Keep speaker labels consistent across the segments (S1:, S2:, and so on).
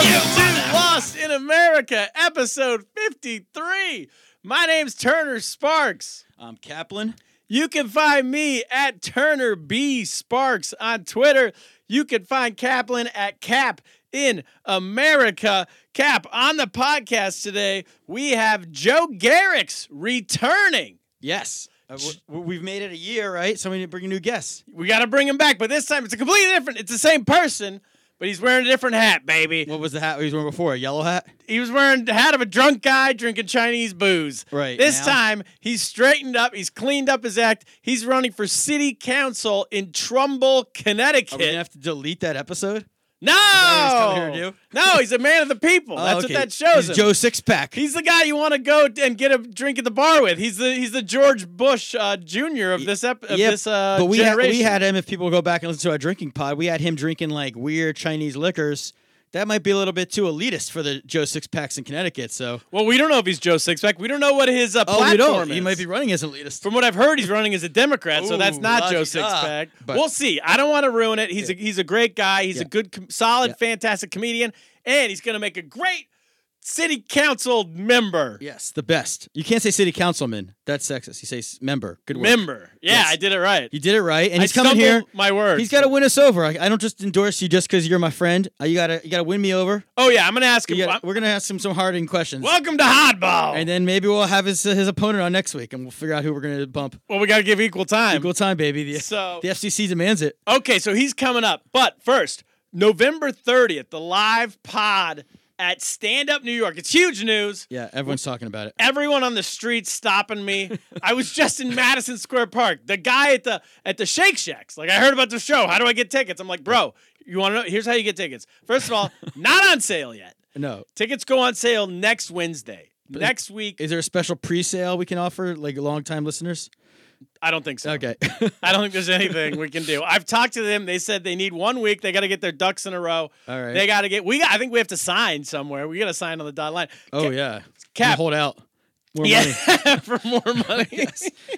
S1: to Lost in America, episode 53. My name's Turner Sparks.
S2: Um, Kaplan.
S1: You can find me at Turner B Sparks on Twitter. You can find Kaplan at Cap in America. Cap, on the podcast today, we have Joe Garrick's returning.
S2: Yes. Uh, w- we've made it a year, right? So we need to bring a new guest.
S1: We got to bring him back, but this time it's a completely different. It's the same person, but he's wearing a different hat, baby.
S2: What was the hat he was wearing before? A yellow hat?
S1: he was wearing the hat of a drunk guy drinking Chinese booze.
S2: Right,
S1: This
S2: now-
S1: time he's straightened up, he's cleaned up his act. He's running for city council in Trumbull,
S2: Are we going to
S1: Connecticut.
S2: have to delete Oh, that episode? he's
S1: No.
S2: coming here to do?
S1: No, he's a man of the people.
S2: Oh,
S1: That's
S2: okay.
S1: what that shows
S2: He's
S1: him.
S2: Joe Sixpack.
S1: He's the guy you want to go and get a drink at the bar with. He's the he's the George Bush uh, Jr. of this ep- of
S2: Yep,
S1: this uh,
S2: but we had,
S1: generation.
S2: we had him. If people go back and listen to our drinking pod, we had him drinking like weird Chinese liquors. That might be a little bit too elitist for the Joe Sixpacks in Connecticut. So
S1: well, we don't know if he's Joe Sixpack. We don't know what his uh,
S2: oh,
S1: platform
S2: we don't.
S1: is.
S2: He might be running as elitist.
S1: From what I've heard, he's running as a Democrat, so that's
S2: Ooh,
S1: not Joe
S2: la-di-da.
S1: Sixpack.
S2: But-
S1: we'll see. I don't want to ruin it. He's a he's a great guy. He's a
S2: Yeah.
S1: good, com- solid,
S2: Yeah.
S1: fantastic comedian, and he's going to make a great city council member.
S2: yes, the best. You can't say city councilman. That's sexist. You say s- member. Good work.
S1: member. Yeah,
S2: Yes.
S1: I did it right.
S2: You did it right, and
S1: I
S2: he's coming here.
S1: stumbled My words.
S2: He's got to win us over. I, I don't just endorse you just because you're my friend. Uh, You gotta, you gotta win me over.
S1: Oh yeah, I'm going to ask him.
S2: You gotta-
S1: I'm-
S2: we're gonna ask him some hard questions,
S1: Welcome to Hardball.
S2: and then maybe we'll have his his opponent on next week, and we'll figure out who we're gonna bump.
S1: well, we got to give equal time.
S2: Equal time, baby. The,
S1: So-
S2: the FCC demands it.
S1: Okay, so he's coming up. But first, November 30th, the live pod at Stand Up New York. It's huge news.
S2: Yeah, everyone's talking about it.
S1: everyone on the street stopping me. I was just in Madison Square Park. The guy at the at the Shake Shacks, like I heard about the show. How do I get tickets? I'm like, bro, you want to know? Here's how you get tickets. First of all, not on sale yet.
S2: No,
S1: Tickets go on sale next Wednesday. Next week,
S2: is there a special pre-sale we can offer, like long time listeners?
S1: I don't think so.
S2: Okay,
S1: I don't think there's anything we can do. I've talked to them. They said they need one week. They got to get their ducks in a row.
S2: All right.
S1: They got to get. We got. I think we have to sign somewhere. We got to sign on the dotted line.
S2: oh
S1: Ca-
S2: yeah,
S1: Cap-
S2: We'll hold out. More money.
S1: Yeah, for more money.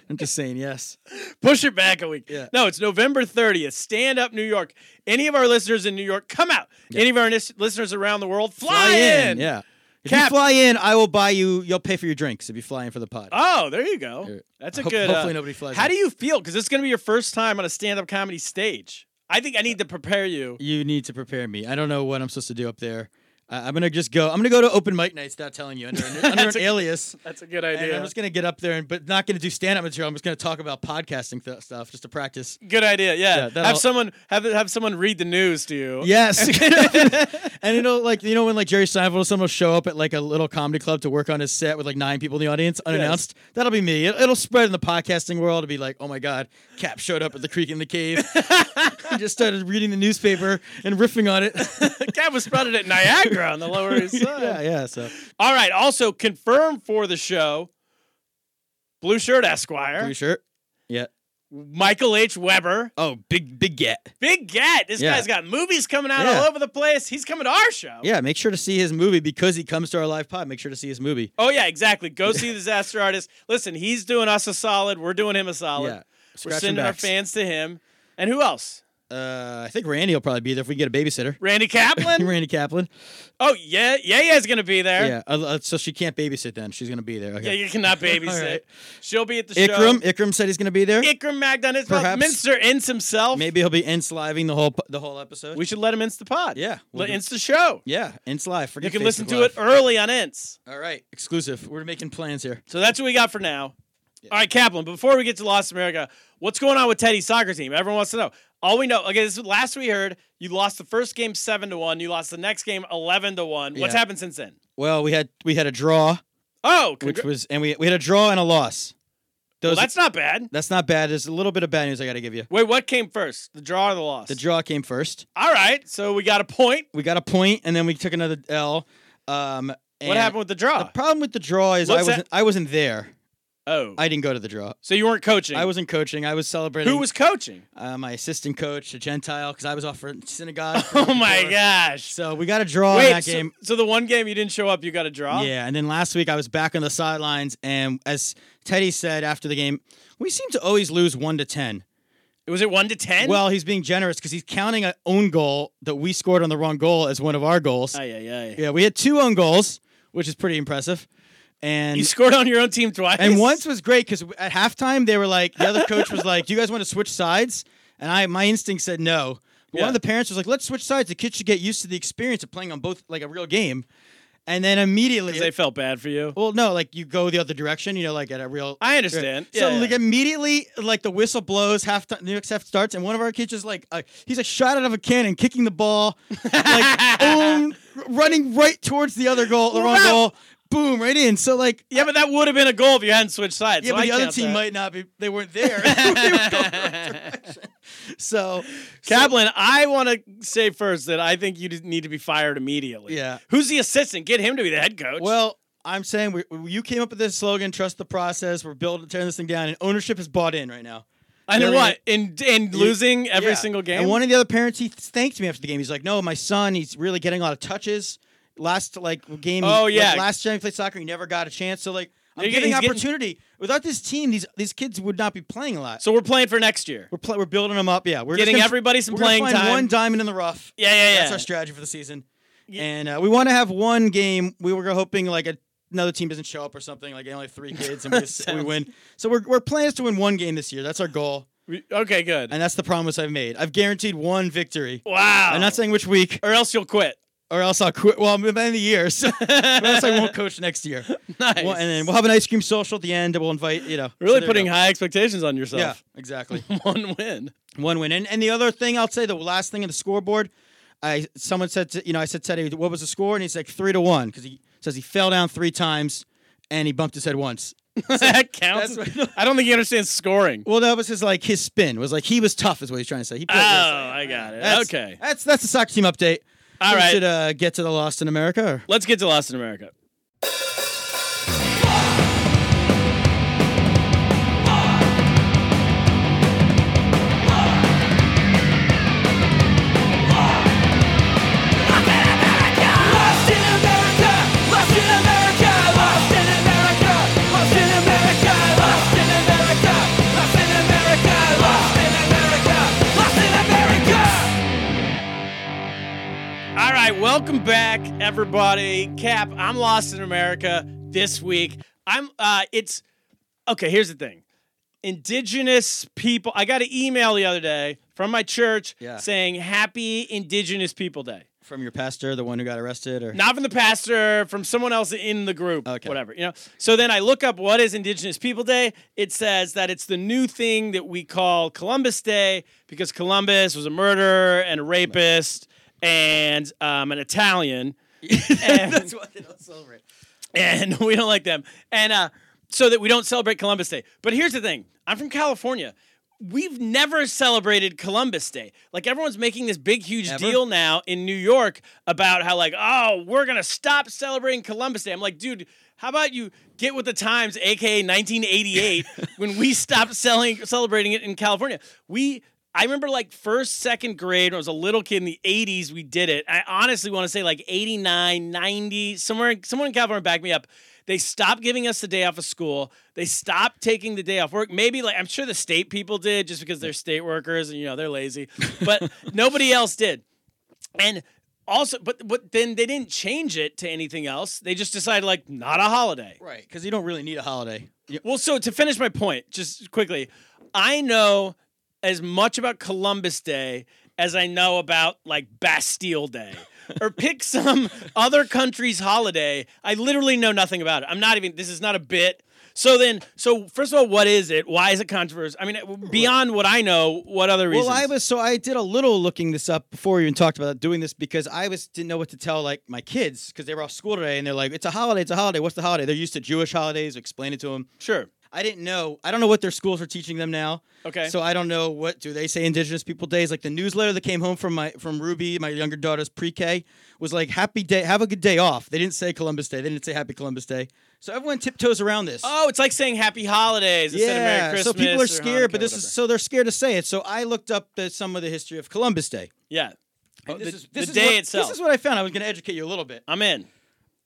S2: I'm just saying yes.
S1: Push it back a week.
S2: Yeah.
S1: No, it's November 30th. Stand up New York. Any of our listeners in New York, come out. Any of our nis- listeners around the world, fly, in.
S2: yeah. If
S1: Cap-
S2: you fly in, I will buy you. You'll pay for your drinks if you fly in for the pod.
S1: Oh, there you go.
S2: Yeah.
S1: That's a
S2: Ho-
S1: good. uh,
S2: hopefully nobody flies
S1: How
S2: in.
S1: do you feel? Because this is going to be your first time on a stand up comedy stage. I think I need to prepare you.
S2: you need to prepare me. I don't know what I'm supposed to do up there. I I'm gonna just go. I'm gonna go to open mic nights without telling you under, an- under
S1: That's
S2: an
S1: a-
S2: alias.
S1: That's a good
S2: And
S1: idea.
S2: I'm just gonna get up there and but not gonna do stand up material. I'm just gonna talk about podcasting th- stuff just to practice.
S1: Good idea. Yeah.
S2: Yeah, that'll-
S1: have someone have have someone read the news to you.
S2: Yes, and you know, like you know, when like Jerry Seinfeld or someone will show up at like a little comedy club to work on his set with like nine people in the audience unannounced. That'll be me. It, it'll spread in the podcasting world. It'll be like, oh my god, Cap showed up at the creek in the cave. He just started reading the newspaper and riffing on it.
S1: The cat was spotted at Niagara on the Lower East Side.
S2: yeah, yeah. So
S1: All right. Also confirmed for the show, Blue Shirt Esquire,
S2: blue shirt. Yeah.
S1: Michael H. Weber.
S2: Oh, big big get.
S1: Big Gat. This
S2: Yeah.
S1: guy's got movies coming out
S2: Yeah.
S1: all over the place. He's coming to our show.
S2: Yeah, make sure to see his movie because he comes to our live pod. Make sure to see his movie.
S1: Oh yeah, exactly. Go see Disaster Artist. Listen, he's doing us a solid. We're doing him a solid.
S2: Yeah,
S1: We're
S2: scratch
S1: sending
S2: and
S1: our
S2: backs.
S1: fans to him. And who else?
S2: Uh, I think Randy will probably be there if we get a babysitter.
S1: Randy Kaplan.
S2: Randy Kaplan.
S1: oh yeah, yeah, yeah. Is gonna be there.
S2: Yeah. uh, uh, so she can't babysit then. She's gonna be there.
S1: Yeah,
S2: Okay.
S1: you cannot babysit.
S2: right.
S1: She'll be at the
S2: Ikram.
S1: show.
S2: Ikram said he's gonna be there.
S1: Ikram Magdan is well,
S2: Perhaps-
S1: Minster ins himself.
S2: Maybe he'll be insliving the whole po- the whole episode.
S1: we should let him insta the pod.
S2: Yeah, we'll
S1: let
S2: do-
S1: insta the show.
S2: yeah, inslive.
S1: You
S2: Forget
S1: can
S2: Facebook
S1: listen to
S2: Live.
S1: it early on Ints.
S2: All right, exclusive. We're making plans here.
S1: So that's what we got for now. All right, Kaplan, before we get to Lost America, what's going on with Teddy's soccer team? Everyone wants to know. All we know, okay, this is last we heard, you lost the first game 7 to 1, you lost the next game 11 to 1. What's
S2: Yeah.
S1: happened since then?
S2: Well, we had we had a draw,
S1: Oh,
S2: which
S1: congr-
S2: was and we we had a draw and a loss.
S1: Well,
S2: Those,
S1: that's not bad.
S2: that's not bad. There's a little bit of bad news I got to give you.
S1: Wait, what came first? The draw or the loss?
S2: The draw came first.
S1: All right, so we got a point.
S2: We got a point, and then we took another L. Um,
S1: what
S2: and
S1: happened with the draw?
S2: The problem with the draw is I
S1: What's that-
S2: wasn't I wasn't there.
S1: oh,
S2: I didn't go to the draw.
S1: so you weren't coaching.
S2: I wasn't coaching. I was celebrating.
S1: Who was coaching?
S2: uh, my assistant coach, a Gentile, because I was off for synagogue.
S1: Oh my gosh!
S2: So we got a draw in
S1: Wait,
S2: that
S1: so,
S2: game.
S1: so the one game you didn't show up, you got a draw.
S2: Yeah, and then last week I was back on the sidelines, and as Teddy said after the game, we seem to always lose one to ten.
S1: Was it one to ten?
S2: Well, he's being generous because he's counting an own goal that we scored on the wrong goal as one of our goals.
S1: Ay, ay, ay.
S2: yeah, we had two own goals, which is pretty impressive. And
S1: You scored on your own team twice.
S2: And once was great because at halftime they were like, the other coach was like, "Do you guys want to switch sides?" And I, my instinct said no. But
S1: Yeah.
S2: One of the parents was like, "Let's switch sides. The kids should get used to the experience of playing on both, like a real game." And then immediately,
S1: they felt bad for you.
S2: well, no, like you go the other direction, you know, like at a real.
S1: I understand.
S2: So
S1: Yeah,
S2: like
S1: yeah.
S2: immediately, like the whistle blows, half time, the next half starts, and one of our kids is like, uh, he's a shot out of a cannon, kicking the ball, like own, running right towards the other goal, the wrong
S1: Right.
S2: goal, boom, right in. So like,
S1: Yeah, but that would have been a goal if you hadn't switched sides.
S2: yeah,
S1: so
S2: but
S1: I
S2: the other
S1: count
S2: team
S1: that.
S2: might not be. They weren't there. They were going the wrong direction. so,
S1: Kaplan, I want to say first that I think you just need to be fired immediately.
S2: Yeah.
S1: Who's the assistant? Get him to be the head coach.
S2: so- well, I'm saying we, we- you came up with this slogan: "Trust the process." We're building, tearing this thing down, and ownership is bought in right now.
S1: and then
S2: really-
S1: what? In in losing every
S2: Yeah.
S1: single game.
S2: And one of the other parents, he thanked me after the game. He's like, "No, my son, he's really getting a lot of touches. Last like game,
S1: Oh,
S2: like,
S1: yeah.
S2: last time he played soccer, he never got a chance. So like, I'm
S1: They're getting-
S2: getting
S1: he's getting-
S2: opportunity. Without this team, these these kids would not be playing a lot.
S1: so we're playing for next year.
S2: we're pl- we're building them up. Yeah, we're just
S1: Getting
S2: gonna-
S1: everybody some
S2: we're gonna
S1: playing
S2: find
S1: time.
S2: One diamond in the rough.
S1: yeah, yeah, yeah.
S2: That's our strategy for the season. And uh, we want to have one game. We were hoping like a, another team doesn't show up or something. Like only three kids and we, just, we
S1: Sounds-
S2: win. So we're we're planning is to win one game this year. That's our goal,
S1: We- okay, good.
S2: and that's the promise I've made. I've guaranteed one victory.
S1: wow.
S2: I'm not saying which week,
S1: or else you'll quit.
S2: or else I'll quit. Well, I'm at the end of the year, so or else I won't coach next year.
S1: Nice.
S2: Well, and then we'll have an ice cream social at the end. And we'll invite you know. so
S1: really
S2: there you
S1: putting
S2: go.
S1: high expectations on
S2: Yeah,
S1: yourself.
S2: exactly.
S1: one win.
S2: One win. And, and the other thing I'll say, the last thing in the scoreboard, I someone said to you know I said Teddy, what was the score? And he's like three to one because he says he fell down three times and he bumped his head once.
S1: that counts.
S2: that's what-
S1: I don't think you understand scoring.
S2: Well, that was his like his spin was like he was tough is what he's trying to say. He
S1: Oh,
S2: played this.
S1: I got it.
S2: That's-
S1: okay.
S2: that's that's the soccer team update.
S1: All
S2: we
S1: right.
S2: should uh, get to the Lost in America. Or?
S1: Let's get to Lost in America.
S3: Lost in America, lost in America, lost in America, lost in America, lost in America, lost in America, lost in America, lost in America.
S1: All right, welcome back, everybody. Cap, I'm lost in America this week. I'm. uh It's okay. Here's the thing: Indigenous people. I got an email the other day from my church
S2: Yeah.
S1: saying Happy Indigenous People Day.
S2: From your pastor, the one who got arrested, or
S1: Not from the pastor, from someone else in the group,
S2: Okay.
S1: whatever. You know. So then I look up what is Indigenous People Day. It says that it's the new thing that we call Columbus Day because Columbus was a murderer and a rapist and um, an Italian. And-
S2: what they don't celebrate.
S1: and we don't like them. And uh, so that we don't celebrate Columbus Day. But here's the thing I'm from California. We've never celebrated Columbus Day. Like everyone's making this big, huge
S2: Ever?
S1: deal now in New York about how, like, oh, we're going to stop celebrating Columbus Day. I'm like, dude, how about you get with the times, AKA 1988, when we stopped selling, celebrating it in California? We. I remember like first, second grade when I was a little kid in the 80s, we did it. I honestly want to say like 89, 90, somewhere, someone in California back me up. They stopped giving us the day off of school. They stopped taking the day off work. Maybe like I'm sure the state people did just because they're state workers and you know they're lazy, but nobody else did. And also, but but then they didn't change it to anything else. They just decided like not a holiday.
S2: Right, because you don't really need a holiday. You-
S1: Well, so to finish my point, just quickly, I know as much about Columbus Day as I know about like Bastille Day. or pick some other country's holiday. I literally know nothing about it. I'm not even this is not a bit. So then, so first of all, what is it? Why is it controversial? I mean, beyond what I know, what other reasons?
S2: Well, I was so I did a little looking this up before we even talked about doing this because I was didn't know what to tell like my kids because they were off school today and they're like, "It's a holiday, it's a holiday. What's the holiday?" They're used to Jewish holidays. Explain it to them.
S1: sure.
S2: I didn't know. I don't know what their schools are teaching them now.
S1: Okay.
S2: So I don't know what do they say Indigenous People Days. Like the newsletter that came home from my from Ruby, my younger daughter's pre-K, was like Happy Day, have a good day off. They didn't say Columbus Day. They didn't say Happy Columbus Day. So everyone tiptoes around this.
S1: Oh, it's like saying Happy Holidays instead of Merry Christmas.
S2: so people
S1: or
S2: are scared, but
S1: Hanukkah,
S2: this
S1: whatever.
S2: is so they're scared to say it. So I looked up the, some of the history of Columbus Day.
S1: yeah.
S2: And
S1: Oh, the,
S2: this is- this
S1: the
S2: is
S1: day
S2: what-
S1: itself.
S2: This is what I found. I was going to educate you a little bit.
S1: I'm in.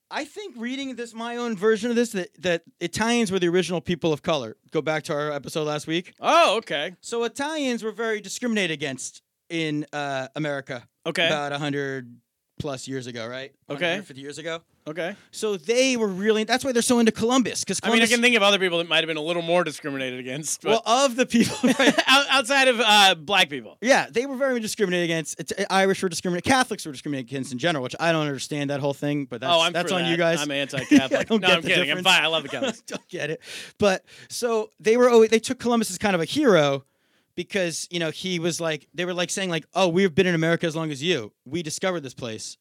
S2: I think reading this my own version of this that, that Italians were the original people of color. Go back to our episode last week.
S1: Oh, okay.
S2: So Italians were very discriminated against in uh, America
S1: Okay.
S2: about 100 plus years ago, right?
S1: Okay.
S2: 50 years ago.
S1: okay.
S2: So they were really that's why they're so into Columbus cuz
S1: I mean, I
S2: Columbus
S1: can think of other people that might have been a little more discriminated against. But
S2: well of the people right?
S1: Out- outside of uh, black people.
S2: Yeah, they were very discriminated against. It's, Irish were discriminated. Catholics were discriminated against in general, which I don't understand that whole thing. But that's,
S1: oh, I'm
S2: that's
S1: for
S2: on
S1: that.
S2: you guys.
S1: I'm
S2: Yeah, I
S1: anti-Catholic.
S2: don't
S1: no,
S2: get
S1: I'm
S2: the
S1: kidding. I'm
S2: difference.
S1: fine. I love the Catholics.
S2: don't get it. But so they were always they took Columbus as kind of a hero because you know he was like they were like saying like oh we've been in America as long as you we discovered this place.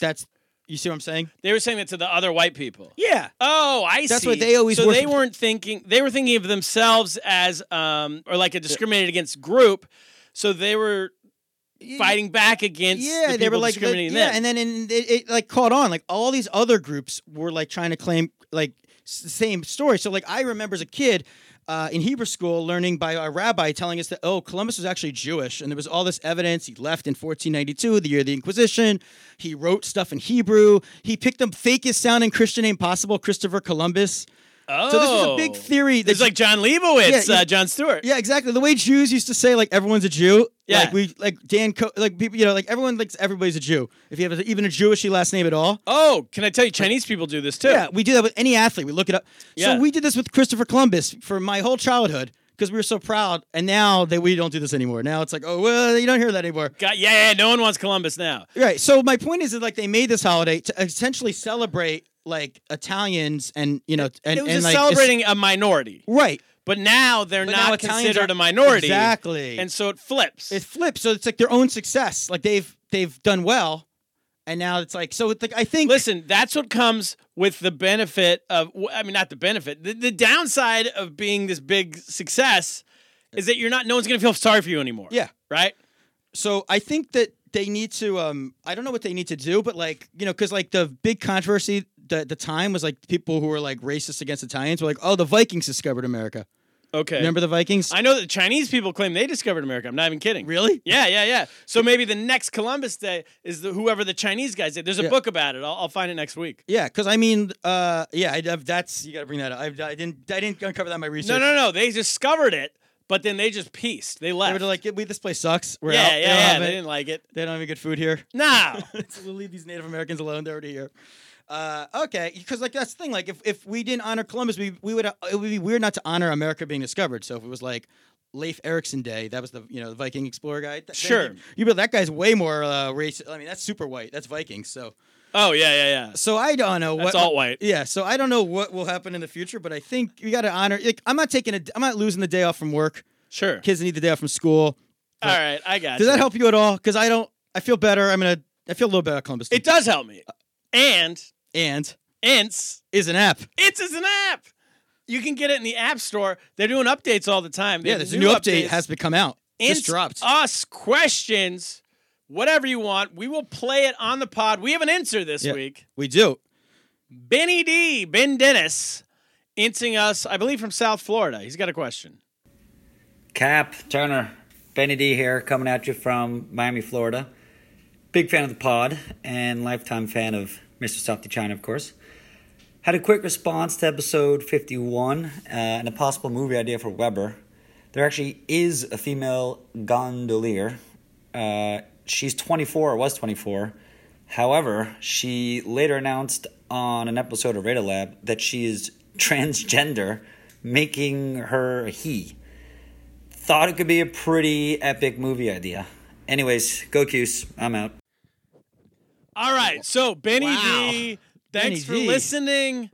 S2: That's you see what I'm saying?
S1: They were saying that to the other white people.
S2: Yeah.
S1: Oh, I see.
S2: That's what they always
S1: So they
S2: worshiped.
S1: weren't thinking. They were thinking of themselves as, um, or like a discriminated against group. So they were fighting back against.
S2: Yeah,
S1: the
S2: they were
S1: people
S2: like
S1: discriminating
S2: yeah,
S1: them.
S2: and then in, it, it like caught on. Like all these other groups were like trying to claim like s- the same story. So like I remember as a kid. Uh, in Hebrew school, learning by our rabbi telling us that oh, Columbus was actually Jewish, and there was all this evidence. He left in 1492, the year of the Inquisition. He wrote stuff in Hebrew. He picked the fakest sounding Christian name possible, Christopher Columbus.
S1: oh,
S2: So this was a big theory.
S1: It's like John Leibowitz,
S2: Yeah, yeah.
S1: uh, John Stewart.
S2: Yeah, exactly. The way Jews used to say, like everyone's a Jew.
S1: Yeah.
S2: Like we, like Dan, Co- like people, you know, like everyone thinks everybody's a Jew if you have even a Jewishy last name at all.
S1: Oh, can I tell you, Chinese people do this too.
S2: Yeah, we do that with any athlete. We look it up.
S1: Yeah.
S2: So we did this with Christopher Columbus for my whole childhood because we were so proud, and now that we don't do this anymore. Now it's like, oh well, you don't hear that anymore.
S1: God, yeah, yeah. No one wants Columbus now.
S2: Right. So my point is that like they made this holiday to essentially celebrate like Italians and you know and
S1: it was
S2: and,
S1: just
S2: like, it's-
S1: celebrating a minority,
S2: Right.
S1: but now they're
S2: But
S1: not
S2: now Italians
S1: considered
S2: are-
S1: a minority.
S2: Exactly.
S1: and so it flips.
S2: it flips. So it's like their own success. Like they've they've done well, and now it's like so. It's like I think
S1: Listen, that's what comes with the benefit of, w- I mean, not the benefit, the, the downside of being this big success is that you're not, no one's going to feel sorry for you anymore.
S2: Yeah.
S1: Right?
S2: So I think that they need to. Um, I don't know what they need to do, but like you know, because like the big controversy the the time was like people who were like racist against Italians were like, oh, the Vikings discovered America.
S1: Okay.
S2: Remember the Vikings?
S1: I know that Chinese people claim they discovered America. I'm not even kidding.
S2: Really?
S1: Yeah, yeah, yeah. So maybe the next Columbus Day is the, whoever the Chinese guys did. There's a
S2: Yeah.
S1: book about it. I'll, I'll find it next week.
S2: yeah, because I mean, uh, yeah, I, I've- that's you got to bring that up. I, I didn't, I didn't uncover that in my
S1: No,
S2: research.
S1: no, no. They discovered it, but then they just pieced. They
S2: They
S1: left.
S2: were like, we this place sucks. We're
S1: yeah,
S2: out.
S1: yeah,
S2: They don't
S1: yeah.
S2: have
S1: They
S2: any-
S1: didn't like it.
S2: they don't have any good food here.
S1: No.
S2: Let's- we'll leave these Native Americans alone. They're already here. Uh, okay, because like that's the thing. Like if, if we didn't honor Columbus, we we would it would be weird not to honor America being discovered. So if it was like Leif Erikson Day, that was the you know the Viking explorer guy. th- then
S1: Sure.
S2: you'd- you'd be like, that guy's way more uh, racist. I mean, that's super white. That's Viking. So
S1: oh, yeah, yeah, yeah.
S2: so I don't know
S1: That's
S2: what
S1: alt white.
S2: Yeah, so I don't know what will happen in the future, but I think we got to honor. Like, I'm not taking a. I'm not losing the day off from work.
S1: Sure.
S2: Kids need the day off from school.
S1: All right, I got
S2: Does
S1: you.
S2: that help you at all? Because I don't. I feel better. I'm gonna. I feel a little better about Columbus. Day.
S1: It does help me. And
S2: and
S1: Ints,
S2: is an app.
S1: Ints is an app. You can get it in the App Store. They're doing updates all the time. They
S2: Yeah,
S1: have
S2: there's a new update
S1: updates.
S2: has to come out.
S1: Ints
S2: Just dropped.
S1: Us questions, whatever you want. We will play it on the pod. We have an answer this
S2: Yeah.
S1: week.
S2: We do.
S1: Benny D, Ben Dennis, intsing us, I believe from South Florida. He's got a question.
S4: Cap Turner, Benny D here, coming at you from Miami, Florida. Big fan of the pod and lifetime fan of Mr. Softy China, of course. Had a quick response to episode 51 uh, and a possible movie idea for Weber. There actually is a female gondolier. Uh, she's 24, or was 24. However, she later announced on an episode of Radar Lab that she is transgender, making her a he thought it could be a pretty epic movie idea. Anyways, go Cuse. I'm out.
S1: All right. So Benny
S2: Wow.
S1: D, thanks
S2: Benny
S1: for
S2: D.
S1: listening.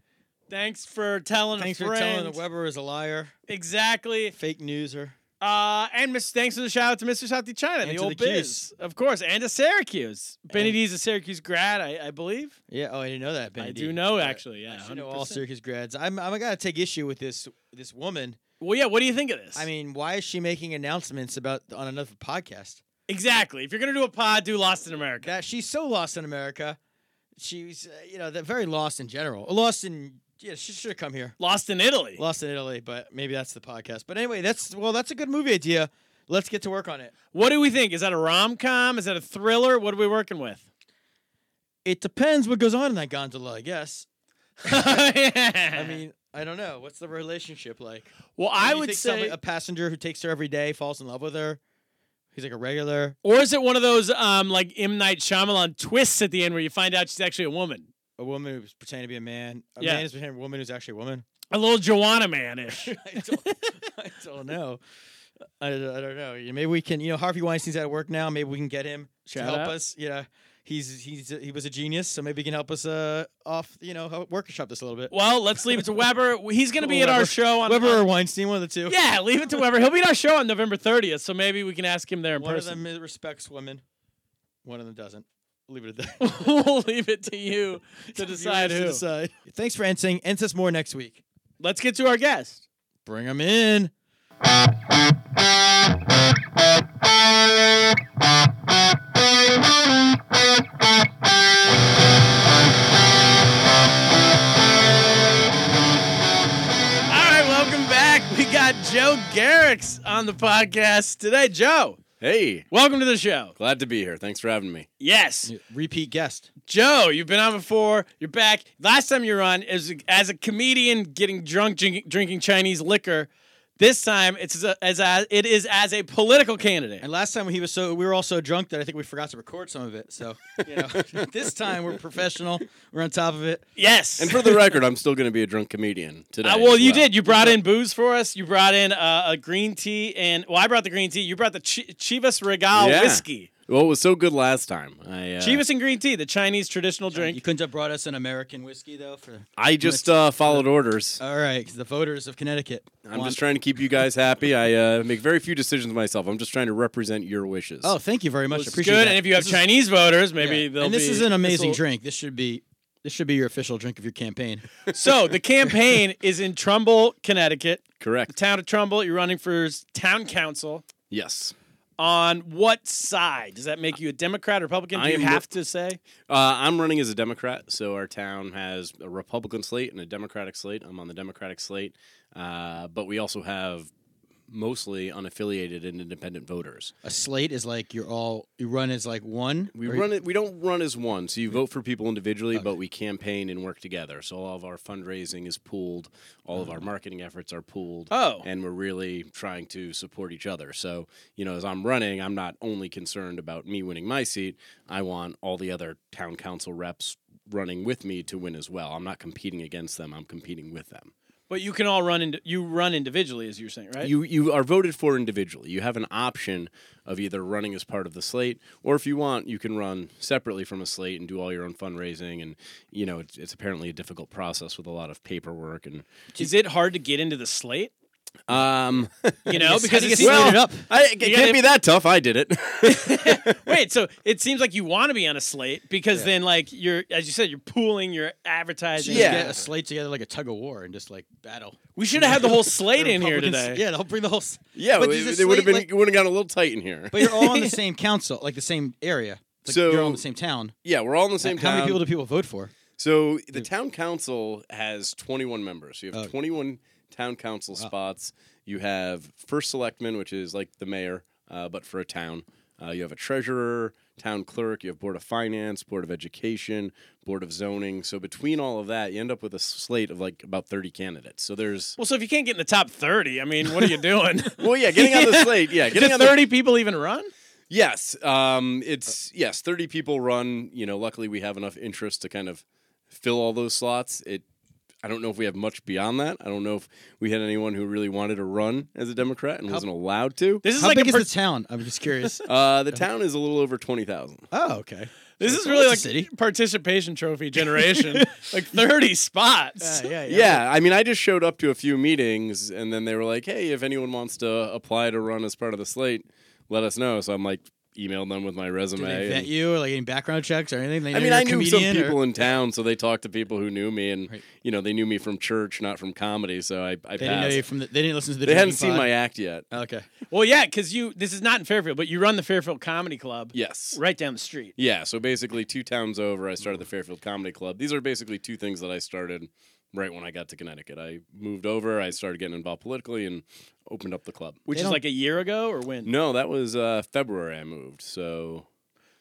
S1: Thanks for telling
S2: Thanks
S1: a
S2: for
S1: friend.
S2: telling the Weber is a liar,
S1: Exactly.
S2: fake newser.
S1: Uh, and Mr. thanks for the shout out to Mr. Southie China, the
S2: to
S1: old
S2: the Cuse.
S1: biz, of course, and to Syracuse. Benny D's a Syracuse grad, I, I believe.
S2: Yeah. Oh, I didn't know that. Benny
S1: I
S2: D.
S1: do know actually. Yeah,
S2: I should know all
S1: 100%.
S2: Syracuse grads. I'm. I'm gonna take issue with this. This woman.
S1: Well, yeah. What do you think of this?
S2: I mean, why is she making announcements about on another podcast?
S1: exactly. If you're gonna do a pod, do Lost in America.
S2: That she's so lost in America. She's, uh, you know, that very lost in general. Lost in. Yeah, she should have come here.
S1: Lost in Italy.
S2: Lost in Italy, but maybe that's the podcast. But anyway, that's well, that's a good movie idea. Let's get to work on it.
S1: What do we think? Is that a rom com? Is that a thriller? What are we working with?
S2: It depends what goes on in that gondola, I guess. I
S1: I
S2: mean, I don't know. What's the relationship like?
S1: well, I
S2: You
S1: would
S2: think
S1: say,
S2: somebody- a passenger who takes her every day falls in love with her. He's like a regular.
S1: or is it one of those um like M Night Shyamalan twists at the end where you find out she's actually a woman,
S2: A woman who's pretending to be a man. A
S1: Yeah.
S2: man is pretending to be a woman who's actually a woman.
S1: a little Joanna man ish.
S2: I don't, I don't know. I, I don't know. You know, Maybe we can. You know, Harvey Weinstein's at work now. Maybe we can get him
S1: Shout
S2: to help
S1: out.
S2: us. You know, he's he's he was a genius, so maybe he can help us uh off. You know, help workshop this a little bit.
S1: well, let's leave it to Weber. He's going to be at our
S2: Weber.
S1: show on
S2: Weber or Weinstein, one of the two.
S1: Yeah, leave it to Weber. He'll be at our show on November 30th, so maybe we can ask him there in
S2: One
S1: person.
S2: of them respects women. One of them doesn't. Leave it at that.
S1: we'll leave it to you to decide
S2: Viewers to
S1: who.
S2: decide. Thanks for answering. Answer us more next week.
S1: Let's get to our guest.
S2: Bring them in.
S1: All right, welcome back. We got Joe Garrix on the podcast today. Joe,
S5: Hey,
S1: welcome to the show.
S5: glad to be here. Thanks for having me.
S1: Yes.
S2: Repeat guest.
S1: Joe, you've been on before. You're back. Last time you were on is as a comedian getting drunk drinking, drinking Chinese liquor. This time it's as a, as a it is as a political candidate.
S2: And last time he was so we were all so drunk that I think we forgot to record some of it. So you know, this time we're professional. We're on top of it.
S1: Yes.
S5: And for the record, I'm still going to be a drunk comedian today.
S1: Uh, well,
S5: as
S1: you did. You brought in booze for us. You brought in uh, a green tea, and well, I brought the green tea. You brought the Chi Chivas Regal
S5: Yeah.
S1: whiskey.
S5: Well, it was so good last time. I uh,
S1: Chivas and green tea, the Chinese traditional
S2: You
S1: drink.
S2: couldn't have brought us an American whiskey though. For
S5: I just uh, followed orders.
S2: all right, 'cause the voters of Connecticut.
S5: I'm
S2: want-
S5: just trying to keep you guys happy. I uh, make very few decisions myself. I'm just trying to represent your wishes.
S2: Oh, thank you very much.
S1: It's
S2: Appreciate
S1: good.
S2: that.
S1: And if you have
S2: This is-
S1: Chinese voters, maybe
S2: yeah.
S1: they'll
S2: and this
S1: be-
S2: is an amazing
S1: this'll-
S2: drink. This should be this should be your official drink of your campaign.
S1: So the campaign is in Trumbull, Connecticut. The
S5: correct.
S1: town of Trumbull. You're running for s- town council.
S5: yes.
S1: On what side does that make you a Democrat, Republican? Do
S5: I
S1: you
S5: am-
S1: have to say?
S5: Uh, I'm running as a Democrat, so our town has a Republican slate and a Democratic slate. I'm on the Democratic slate, uh, but we also have mostly unaffiliated and independent voters.
S2: A slate is like you're all you run as like one.
S5: We
S2: or-
S5: run it. We don't run as one. So you vote for people individually, but we campaign and work together. So all of our fundraising is pooled. All of our marketing efforts are pooled.
S1: Oh.
S5: and we're really trying to support each other. So you know, as I'm running, I'm not only concerned about me winning my seat. I want all the other town council reps running with me to win as well. I'm not competing against them. I'm competing with them.
S1: But you can all run. Ind- you run individually, as you're saying, right?
S5: You you are voted for individually. You have an option of either running as part of the slate, or if you want, you can run separately from a slate and do all your own fundraising. And you know, it's, it's apparently a difficult process with a lot of paperwork and
S1: is it hard to get into the slate?
S5: um.
S1: You know,
S2: how
S1: because
S2: do you
S1: it
S2: get slated
S1: seems-
S2: up?
S5: I, it can't be that tough. I did it.
S1: Wait, so it seems like you want to be on a slate because then, like, you're as you said, you're pooling your advertising.
S5: Yeah.
S2: Get a slate together like a tug of war and just like battle.
S1: we should have had the whole slate in here
S2: Republicans-
S1: today.
S2: Yeah, they'll bring the whole. s-
S5: yeah,
S2: but
S5: but
S2: does
S5: it
S2: the
S5: would have
S2: slate,
S5: been
S2: like-
S5: it would have gotten a little tight in here.
S2: but you're all on the same council, like the same area. Like
S5: So-
S2: you're all in the same town.
S5: yeah, we're all in the same.
S2: How many
S5: town.
S2: people do people vote for?
S5: So the town council has 21 members. So you have 21 town council spots. You have first selectman, which is like the mayor, uh, but for a town. Uh, you have a treasurer, town clerk. You have board of finance, board of education, board of zoning. So between all of that, you end up with a slate of like about 30 candidates. So there's
S1: Well, so if you can't get in the top thirty, I mean, what are you doing?
S5: well, yeah, getting on the slate, yeah,
S1: Do
S5: getting on the
S1: thirty people even run?
S5: Yes, um, it's yes. Thirty people run. You know, luckily we have enough interest to kind of fill all those slots. It. I don't know if we have much beyond that. I don't know if we had anyone who really wanted to run as a Democrat and wasn't allowed to.
S1: This is
S2: How
S1: like
S2: big
S1: a
S2: is
S1: per-
S2: the town? I'm just curious.
S5: Uh, the town is a little over twenty thousand.
S2: oh, okay.
S1: This is really like
S2: It's a city.
S1: participation trophy generation. like 30 spots.
S2: yeah,
S5: Yeah, I mean, I just showed up to a few meetings, and then they were like, "Hey, if anyone wants to apply to run as part of the slate, let us know." So I'm like, emailed them with my resume.
S2: Did they
S5: and-
S2: vet you or like any background checks or anything? They
S5: I
S2: know
S5: mean,
S2: you're a
S5: I knew some
S2: comedian or-
S5: people in town, so they talked to people who knew me, and you know, they knew me from church, not from comedy. So I, I
S2: They didn't know
S5: passed.
S2: you from Oh. the. They didn't listen to the.
S5: they hadn't
S2: drinking
S5: seen
S2: pod.
S5: my act yet.
S2: Okay.
S1: Well, yeah, because you, this is not in Fairfield, but you run the Fairfield Comedy Club
S5: Yes.
S1: right down the street.
S5: Yeah. So basically, two towns over, I
S2: Mm.
S5: started the Fairfield Comedy Club. These are basically two things that I started right when I got to Connecticut. I moved over, I started getting involved politically, and opened up the club.
S1: Which
S2: They
S1: is
S2: don't-
S1: like a year ago or when?
S5: No, that was uh, February I moved. So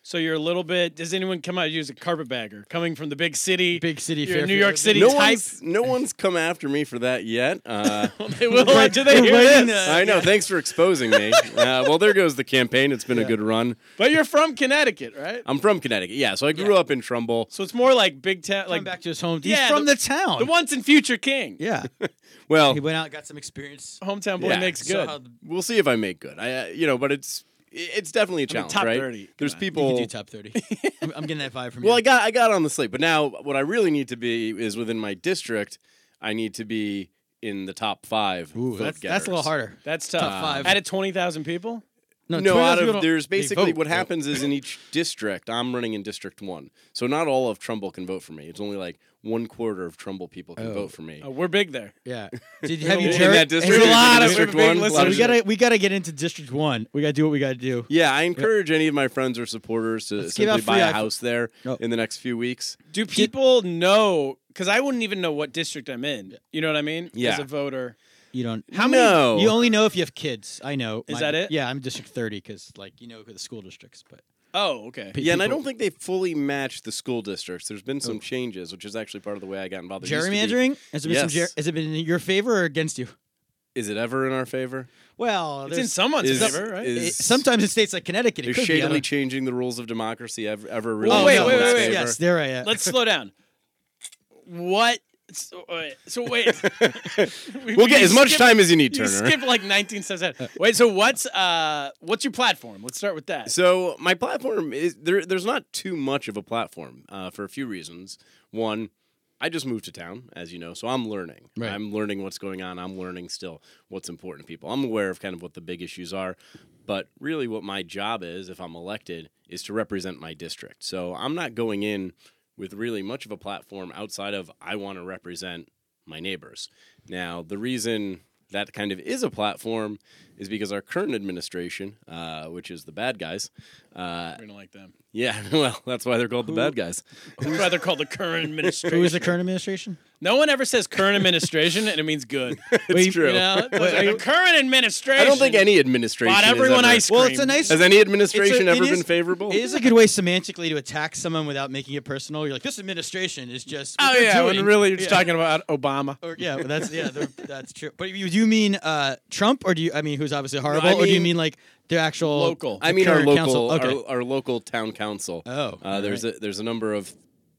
S1: So you're a little bit. Does anyone come out and use a carpetbagger coming from the big city?
S2: Big city.
S1: You're a
S2: Fairfield.
S1: New York City
S5: no
S1: type.
S5: one's no one's come after me for that yet. Uh,
S1: They will. do they hear
S2: waiting,
S1: this?
S5: I know. Thanks for exposing me. Uh, well, there goes the campaign. It's been a good run.
S1: But you're from Connecticut, right?
S5: I'm from Connecticut. Yeah, so I grew up in Trumble.
S1: So it's more like big town,
S2: Like
S1: like
S2: back to his home.
S1: Yeah,
S2: He's from
S1: the-
S2: the, town.
S1: the once in future king.
S2: Yeah.
S5: Well,
S2: he went out, got some experience.
S1: Hometown boy
S5: Yeah.
S1: makes
S2: Saw
S1: good.
S2: how the-
S5: we'll see if I make good. I, uh, you know, but it's it's definitely a challenge,
S1: top
S5: right?
S1: 30, come
S5: There's
S1: on.
S2: You can
S5: people.
S2: do top thirty. I'm, I'm getting that vibe from you.
S5: well, I got I got on the slate, but now what I really need to be is within my district. I need to be in the top five.
S2: Ooh,
S5: vote
S2: that's, that's a little
S5: getters.
S2: harder.
S1: That's tough.
S2: Top five.
S1: Out of twenty thousand people,
S5: No, out
S2: 20,000 people
S5: of
S2: don't-
S5: there's
S2: they
S5: basically
S2: vote.
S5: what happens is in each district, I'm running in District One, so not all of Trumbull can vote for me. It's only like one quarter of Trumbull people can vote for me.
S1: oh, we're big there.
S2: Yeah. Did have you
S5: In
S2: jerked?
S5: that district,
S1: there's a lot of-
S5: District
S1: we're big
S5: One.
S1: listeners.
S5: lot of
S2: we gotta we gotta get into District One. We gotta do what we gotta do.
S5: Yeah, I encourage any of my friends or supporters to
S2: give out
S5: simply buy
S2: free
S5: a
S2: iPhone-
S5: house there
S2: Oh.
S5: in the next few weeks.
S1: Do people know? Because I wouldn't even know what district I'm in. You know what I mean? As
S5: Yeah.
S1: a voter,
S2: You don't.
S5: How many? No.
S2: You only know if you have kids. I know.
S1: Is
S2: My-
S1: that it?
S2: Yeah, I'm District Thirty because like you know the school districts, but
S1: oh, okay.
S5: yeah, and I don't think they fully match the school districts. There's been some changes, which is actually part of the way I got involved. There used to be-
S2: Oh. gerrymandering has it been some ger-
S5: Yes.
S2: has it been in your favor or against you?
S5: is it ever in our favor?
S2: Well,
S1: It's in
S2: there's-
S1: someone's
S5: Is-
S1: favor, right?
S5: is-
S2: it- sometimes in states like Connecticut, it
S5: Is
S2: could be. I
S5: shadily
S2: don't- Oh,
S5: changing the rules of democracy ever, ever really?
S1: Well,
S5: in
S1: wait,
S5: someone's
S1: wait, wait,
S5: favor?
S1: wait.
S2: Yes, there I am.
S1: Let's slow down. What? So wait. So wait. We-
S5: We'll get
S1: you
S5: as much
S1: skip-
S5: time as you need,
S1: You
S5: Turner.
S1: skip like 19 steps ahead. Wait, so what's uh what's your platform? Let's start with that.
S5: So my platform is there. There's not too much of a platform uh, for a few reasons. One, I just moved to town, as you know, so I'm learning.
S2: Right.
S5: I'm learning what's going on. I'm learning still what's important to people. I'm aware of kind of what the big issues are, but really, what my job is, if I'm elected, is to represent my district. So I'm not going in with really much of a platform outside of I want to represent my neighbors. Now, the reason that kind of is a platform is because our current administration, uh, which is the bad guys, uh,
S1: we don't like them.
S5: yeah, well, that's why they're called the bad guys.
S1: That's why they're called the current administration.
S2: Who is the current administration?
S1: No one ever says current administration and it means good.
S5: It's true.
S1: You know? The current administration.
S5: I don't think any administration
S1: bought
S5: has
S1: everyone
S5: ever-
S1: ice cream.
S2: Well, it's a nice.
S5: Has any
S2: It's
S5: administration
S2: a-
S5: ever
S2: it
S5: been
S2: is-
S5: favorable?
S2: It is a good way semantically to attack someone without making it personal. You're like, this administration is just. what
S1: Oh
S2: they're
S1: yeah,
S2: doing.
S1: when really you're just
S2: Yeah.
S1: talking about Obama.
S2: Or, yeah, well, that's yeah, they're- that's true. But you, do you mean uh, Trump, or do you? I mean, who's obviously horrible, or do you
S5: mean-
S2: mean like their actual
S1: Local.
S5: I mean, our
S2: current council?
S5: local,
S2: Okay.
S5: our, our local town council.
S2: Oh,
S5: uh, there's a there's a number of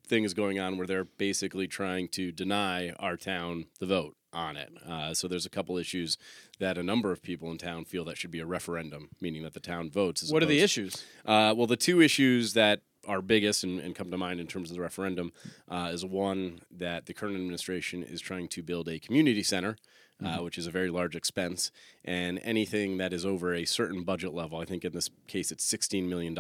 S5: things going on where they're basically trying to deny our town the vote on it. Uh, so there's a couple issues that a number of people in town feel that should be a referendum, meaning that the town votes. as
S1: What are the
S5: opposed-
S1: issues?
S5: Uh, well, the two issues that are biggest and, and come to mind in terms of the referendum uh, is one that the current administration is trying to build a community center. Uh, which is a very large expense, and anything that is over a certain budget level, I think in this case it's $16 million,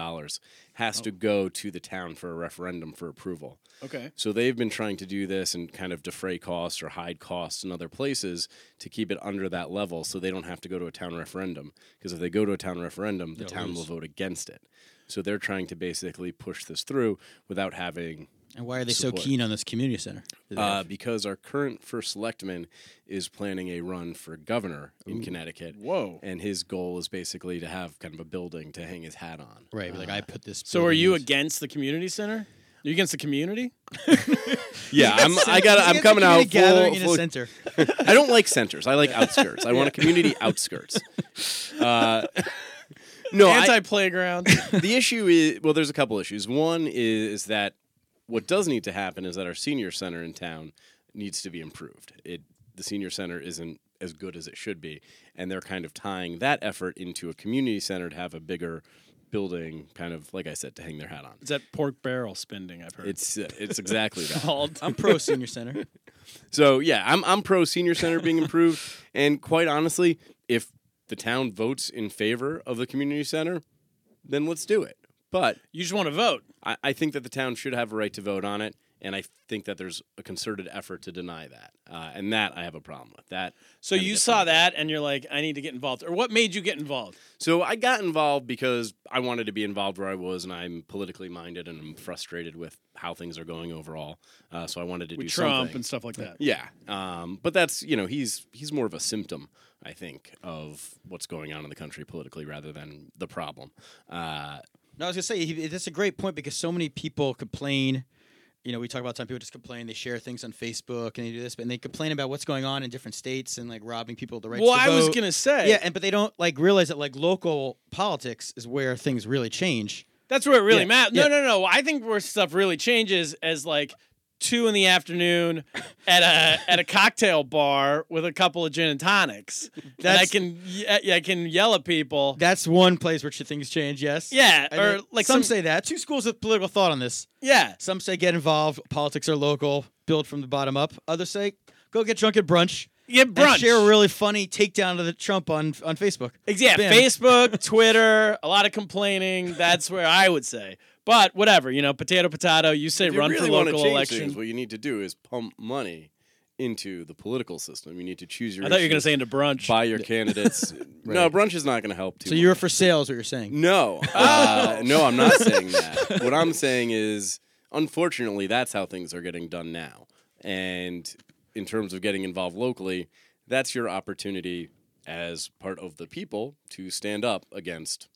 S5: has to go to the town for a referendum for approval.
S1: Okay.
S5: So they've been trying to do this and kind of defray costs or hide costs in other places to keep it under that level so they don't have to go to a town referendum. Because if they go to a town referendum, the town will vote against it. So they're trying to basically push this through without having.
S2: And why are they
S5: Support.
S2: so keen on this community center? Do they have-
S5: Uh, because our current first selectman is planning a run for governor in Connecticut.
S1: Whoa.
S5: And his goal is basically to have kind of a building to hang his hat on.
S2: right, but, like I put this.
S1: So are you
S2: building-
S1: against the community center? Are you against the community?
S5: Yeah, I'm, I got.
S2: It's
S5: I'm
S2: a
S5: coming out
S2: community gathering
S5: full,
S2: in a
S5: full
S2: center.
S5: I don't like centers. I like outskirts. I want a community outskirts. Uh, no, I-
S1: Anti playground.
S5: the issue is well, there's a couple issues. One is that what does need to happen is that our senior center in town needs to be improved. It the senior center isn't as good as it should be, and they're kind of tying that effort into a community center to have a bigger building, kind of like I said, to hang their hat on.
S1: It's that pork barrel spending I've heard.
S5: It's uh, it's exactly that.
S1: called.
S2: I'm pro senior center.
S5: So yeah, I'm I'm pro senior center being improved, and quite honestly, if the town votes in favor of the community center, then let's do it. But
S1: You just want to vote.
S5: I, I think that the town should have a right to vote on it, and I think that there's a concerted effort to deny that, uh, and that I have a problem with that.
S1: So
S5: I'm
S1: you
S5: different.
S1: saw that and you're like, I need to get involved. Or what made you get involved?
S5: So I got involved because I wanted to be involved where I was, and I'm politically minded, and I'm frustrated with how things are going overall. Uh, so I wanted to
S1: With
S5: do
S1: Trump
S5: something.
S1: and stuff like that.
S5: Yeah, um, but that's you know he's he's more of a symptom, I think, of what's going on in the country politically rather than the problem. Uh,
S2: No, I was gonna say he, that's a great point because so many people complain. You know, we talk about time people just complain. They share things on Facebook and they do this, but and they complain about what's going on in different states and like robbing people of the rights.
S1: Well,
S2: to
S1: I was
S2: vote.
S1: gonna say,
S2: yeah, and but they don't like realize that like local politics is where things really change.
S1: that's where it really
S2: Yeah,
S1: matters. No,
S2: yeah.
S1: no, no. I think where stuff really changes as like two in the afternoon at a at a cocktail bar with a couple of gin and tonics. That I
S2: That's-
S1: can yeah, I can yell at people.
S2: That's one place where sh- things change. Yes.
S1: Yeah,
S2: I
S1: or
S2: think
S1: like
S2: some,
S1: some-
S2: say that two schools of political thought on this.
S1: yeah.
S2: Some say get involved. Politics are local, build from the bottom up. Others say go get drunk at brunch.
S1: Get
S2: and
S1: brunch.
S2: share a really funny takedown of the Trump on on Facebook.
S1: Ex- Yeah,
S2: Bam.
S1: Facebook, Twitter, a lot of complaining. That's where I would say. But whatever, you know, potato potato. You say
S5: if you
S1: run
S5: really
S1: for
S5: wanna
S1: local
S5: change
S1: election.
S5: Things, what you need to do is pump money into the political system. You need to choose your.
S1: I thought you were gonna
S5: issues,
S1: say into brunch.
S5: buy your candidates. No, brunch is not going to help too.
S2: So
S5: much.
S2: you're for sale is what you're saying.
S5: No, uh, no, I'm not saying that. What I'm saying is, unfortunately, that's how things are getting done now. And in terms of getting involved locally, that's your opportunity as part of the people to stand up against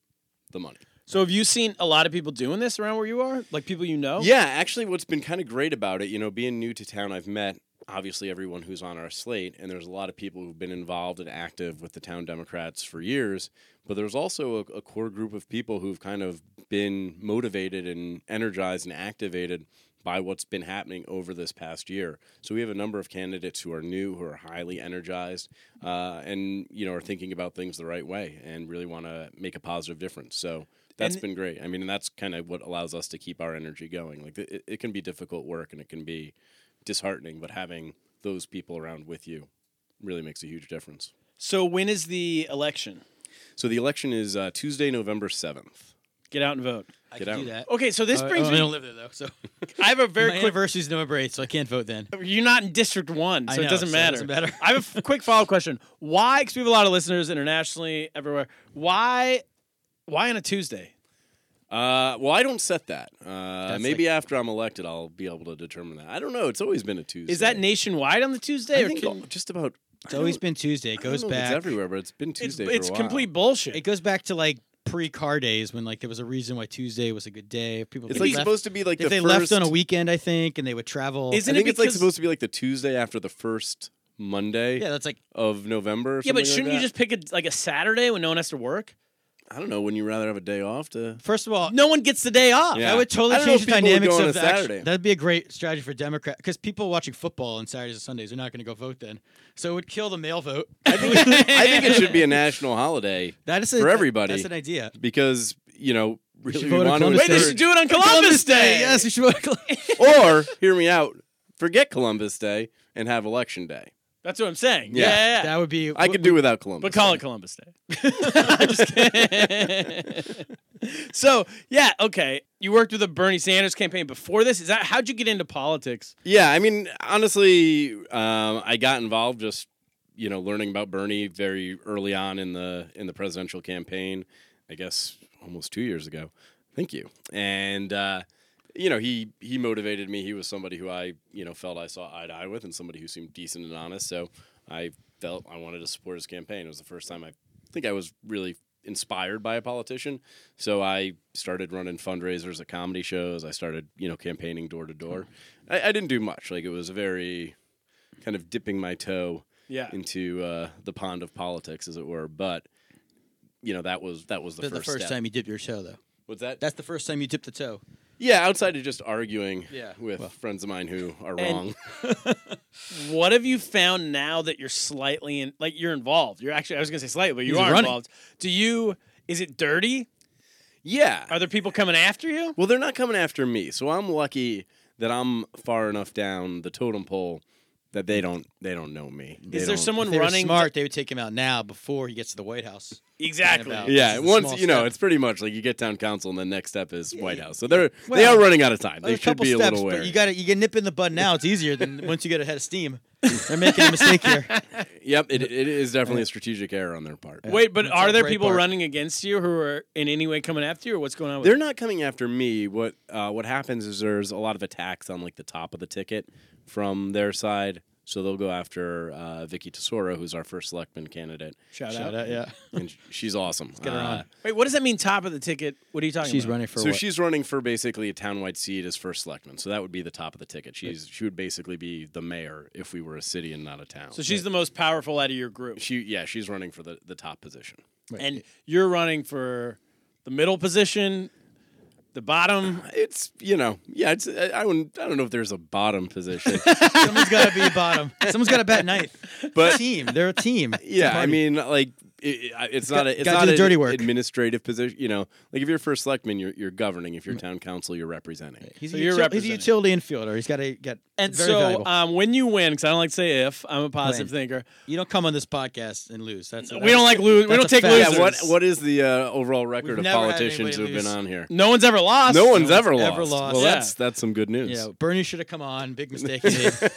S5: the money.
S1: So have you seen a lot of people doing this around where you are? Like people you know?
S5: Yeah, actually, what's been kind of great about it, you know, being new to town, I've met obviously everyone who's on our slate, and there's a lot of people who've been involved and active with the town Democrats for years. But there's also a, a core group of people who've kind of been motivated and energized and activated by what's been happening over this past year. So we have a number of candidates who are new, who are highly energized, uh, and you know are thinking about things the right way and really want to make a positive difference. So that's
S1: And-
S5: been great. I mean, and that's kind of what allows us to keep our energy going. Like it, it can be difficult work and it can be disheartening, but having those people around with you really makes a huge difference.
S1: So when is the election?
S5: So the election is uh, Tuesday, November seventh.
S1: Get out and vote.
S2: I
S5: Get
S2: can
S5: out.
S2: do that.
S1: Okay, so this
S2: Uh,
S1: brings
S2: oh, I
S1: me.
S2: don't live there though, so
S1: I have a very
S2: my
S1: quick.
S2: anniversary is November eighth, so I can't vote then.
S1: You're not in District One,
S2: I
S1: so it
S2: know,
S1: doesn't
S2: so it
S1: matter.
S2: doesn't matter.
S1: I have a f- quick follow-up question. Why? Because we have a lot of listeners internationally, everywhere. Why? Why on a Tuesday?
S5: Uh, well, I don't set that. Uh, maybe
S2: like-
S5: after I'm elected, I'll be able to determine that. I don't know. It's always been a Tuesday.
S1: Is that nationwide on the Tuesday?
S5: I
S1: or
S5: think
S1: can-
S5: all- just about.
S2: It's always been Tuesday. It goes
S5: It's
S2: back.
S5: everywhere, but it's been
S1: it's,
S5: Tuesday. for
S1: it's
S5: a while.
S1: complete bullshit.
S2: It goes back to like pre-car days when like there was a reason why Tuesday was a good day. People
S5: It's
S2: if
S5: like
S2: they left-
S5: supposed to be like
S2: if
S5: the
S2: they
S5: first,
S2: left on a weekend, I think, and they would travel.
S5: I
S1: Isn't
S5: think
S1: it
S5: it's like
S1: because-
S5: supposed to be like the Tuesday after the first Monday
S2: yeah, that's like
S5: of
S1: yeah,
S5: November. or something
S1: but
S5: like
S1: shouldn't you
S5: that.
S1: just pick a, like a Saturday when no one has to work?
S5: I don't know. Wouldn't you rather have a day off to?
S2: first of all,
S1: No one gets the day off.
S5: Yeah.
S2: that would
S5: I
S2: totally
S5: don't know
S2: change
S5: if
S2: the
S5: people would
S2: dynamics
S5: go
S2: of
S5: on a
S2: the act-
S5: Saturday.
S2: That'd be a great strategy for Democrat because people watching football on Saturdays and Sundays are not going to go vote then, so it would kill the mail vote.
S5: I think, I think it should be a national holiday
S2: that is a,
S5: for everybody
S2: That's an idea.
S5: because you know really
S2: should
S5: we
S2: vote on
S5: want to
S2: Columbus
S1: Wait, they
S2: Day.
S1: should do it on Columbus Day.
S2: Yes, we should vote.
S5: or hear me out. Forget Columbus Day and have Election Day.
S1: That's what I'm saying.
S5: Yeah.
S1: Yeah, yeah, yeah.
S2: That would be.
S5: I could do without Columbus.
S1: But call
S5: Day.
S1: it Columbus Day. I'm just kidding. so yeah, okay. You worked with the Bernie Sanders campaign before this. Is that how'd you get into politics?
S5: Yeah, I mean, honestly, um, I got involved just you know learning about Bernie very early on in the in the presidential campaign. I guess almost two years ago. Thank you. And uh, you know he he motivated me. He was somebody who I you know felt I saw eye to eye with, and somebody who seemed decent and honest. So I felt I wanted to support his campaign. It was the first time I think I was really inspired by a politician. So I started running fundraisers at comedy shows. I started, you know, campaigning door to door. I, I didn't do much. Like it was very kind of dipping my toe
S1: Yeah.
S5: into uh, the pond of politics, as it were. But you know, that was that was the
S2: That's the
S5: first,
S2: first
S5: step.
S2: time you dip your toe, though.
S5: Was that?
S2: That's the first time you dip the toe.
S5: yeah, outside of just arguing
S2: Yeah,
S5: with friends of mine who are
S1: And-
S5: wrong.
S1: What have you found now that you're slightly in like you're involved? You're actually I was gonna say slightly, but you
S2: He's
S1: are
S2: running.
S1: involved. Do you is it dirty?
S5: Yeah.
S1: Are there people coming after you?
S5: Well, they're not coming after me, so I'm lucky that I'm far enough down the totem pole that they don't they don't know me. They
S1: Is there
S5: don't-
S1: someone
S2: If they were
S1: running?
S2: smart, they would take him out now before he gets to the White House.
S1: Exactly.
S2: about-
S5: Yeah,
S2: This is a
S5: once
S2: small
S5: you know,
S2: step.
S5: it's pretty much like you get town council, and the next step is White House. So they're they are running out of time. They
S2: There's
S5: should be a
S2: steps,
S5: little wary.
S2: but you got to you can nip in the bud now. It's easier than once you get ahead of steam. They're making a mistake here.
S5: yep, it, it is definitely a strategic error on their part.
S1: Wait, but
S2: It's
S1: are
S2: a
S1: there
S2: great
S1: people
S2: park.
S1: running against you who are in any way coming after you, or what's going on? With
S5: They're
S1: you?
S5: not coming after me. What uh, what happens is there's a lot of attacks on like the top of the ticket from their side, so they'll go after uh, Vicky Tesoro, who's our first selectman candidate,
S1: Shout, out.
S2: yeah.
S5: and sh- she's awesome. get her on.
S1: Wait, what does that mean? Top of the ticket? What are you talking
S2: She's
S1: about?
S2: running for
S5: So
S2: what?
S5: she's running for basically a townwide seat as first selectman. So that would be the top of the ticket. She's she would basically be the mayor if we were a city and not a town.
S1: So she's the most powerful out of your group,
S5: she yeah she's running for the, the top position.
S1: and you're running for the middle position, the bottom.
S5: It's you know yeah it's I, I wouldn't I don't know if there's a bottom position.
S2: Someone's got to be bottom. Someone's got to bat ninth.
S5: But-
S2: team, they're a team. It's a
S5: yeah I
S2: party.
S5: mean like. It, it- it's not a it's
S2: gotta
S5: not
S2: do the
S5: an
S2: dirty work.
S5: administrative position. You know, like if you're first selectman, you're you're governing. If
S2: Mm.
S5: you're town council, you're representing.
S2: he's,
S1: so
S2: a
S1: you're
S2: util- he's a
S1: representing.
S2: utility infielder. He's got to get
S1: And
S2: very
S1: so
S2: valuable.
S1: um, when you win, because I don't like to say if, I'm a positive
S2: When.
S1: thinker.
S2: you don't come on this podcast and lose. That's
S1: We don't like lose. We
S2: That's
S1: don't
S2: a
S1: take
S2: fact.
S1: losers.
S5: Yeah, what what is the uh, overall record
S2: We've
S5: of
S2: never had
S5: politicians who've
S2: anybody lose.
S5: been on here?
S1: No one's ever lost.
S5: No one's ever, lost.
S2: ever lost.
S5: Well,
S1: Yeah.
S5: that's that's some good news.
S2: Yeah, Bernie should have come on. Big mistake. he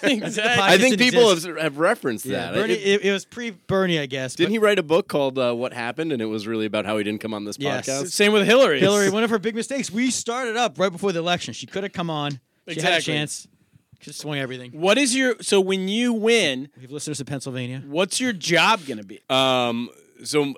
S2: made.
S1: exactly.
S5: I
S2: It
S5: think
S2: didn't
S5: people have,
S2: exist.
S5: have referenced
S2: yeah,
S5: that.
S2: Bernie.
S5: It-
S2: It, it was pre-Bernie, I guess.
S5: didn't
S2: but
S5: he write a book called uh, "What Happened" and it was really about how he didn't come on this
S2: Yes.
S5: podcast?
S1: Same with Hillary.
S2: Hillary, one of her big mistakes. We started up right before the election. She could have come on. She had a
S1: Exactly.
S2: chance. Could have swung everything.
S1: What is your so when you win?
S2: We have listeners in Pennsylvania.
S1: What's your job gonna be?
S5: Um, so m-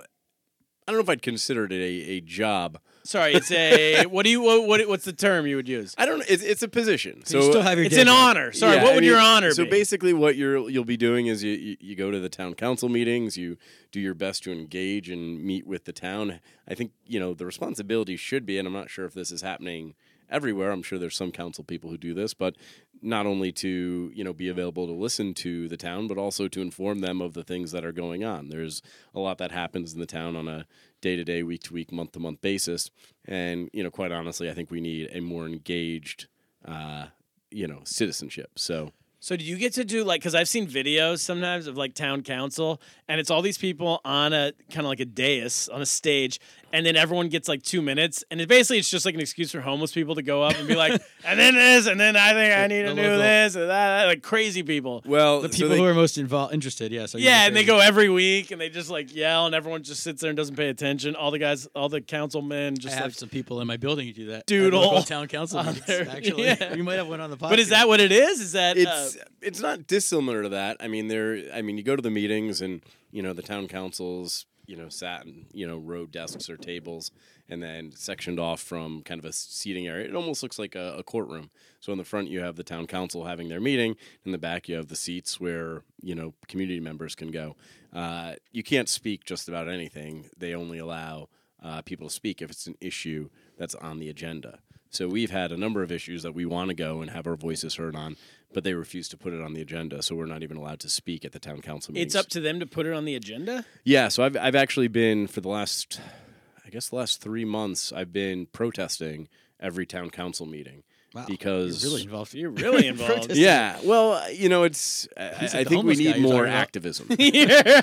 S5: I don't know if I'd consider it a, a job.
S1: Sorry, it's a what do you what, what what's the term you would use?
S5: I don't. It's, it's a position. So
S2: you still have your
S1: It's
S2: day
S1: an
S2: job.
S1: honor. Sorry,
S5: yeah,
S1: what
S5: I
S1: would
S5: mean,
S1: your honor
S5: So
S1: be?
S5: basically, what you're you'll be doing is you, you you go to the town council meetings. You do your best to engage and meet with the town. I think you know the responsibility should be, and I'm not sure if this is happening everywhere. I'm sure there's some council people who do this, but not only to you know be available to listen to the town, but also to inform them of the things that are going on. There's a lot that happens in the town on a day to day, week to week, month to month basis, and you know quite honestly, I think we need a more engaged. Uh, you know, citizenship. So
S1: so do you get to do like because I've seen videos sometimes of like town council and it's all these people on a kind of like a dais on a stage and then everyone gets like two minutes and it basically it's just like an excuse for homeless people to go up and be like and then this and then I think I need to
S2: The
S1: do
S2: local-
S1: this and that like crazy people.
S5: Well,
S2: The people who are most involved, interested. Yes.
S1: Yeah, and they go every week, and they just like yell, and everyone just sits there and doesn't pay attention. All the guys, all the councilmen,
S2: I
S1: just
S2: have
S1: like.
S2: some people in my building who do that. at
S1: Doodle
S2: local town council
S1: on
S2: meetings,
S1: their-
S2: actually.
S1: yeah.
S2: We might have one on the podcast.
S1: But is that what it is? Is that
S5: it's
S1: uh,
S5: it's not dissimilar to that. I mean, there. I mean, you go to the meetings, and you know the town councils, you know, sat in you know row desks or tables, and then sectioned off from kind of a seating area. It almost looks like a, a courtroom. So in the front, you have the town council having their meeting. In the back, you have the seats where you know community members can go. Uh, you can't speak just about anything. They only allow uh, people to speak if it's an issue that's on the agenda. So we've had a number of issues that we want to go and have our voices heard on, but they refuse to put it on the agenda. So we're not even allowed to speak at the town council meetings.
S1: it's up to them to put it on the agenda?
S5: yeah. So I've I've actually been for the last, I guess, the last three months, I've been protesting every town council meeting because
S2: really involved?
S1: You're really involved.
S5: yeah. Well, you know, it's I,
S2: He's
S5: I
S2: like the
S5: think we
S2: homeless guy
S5: need
S2: you're
S5: more
S2: talking about.
S5: activism.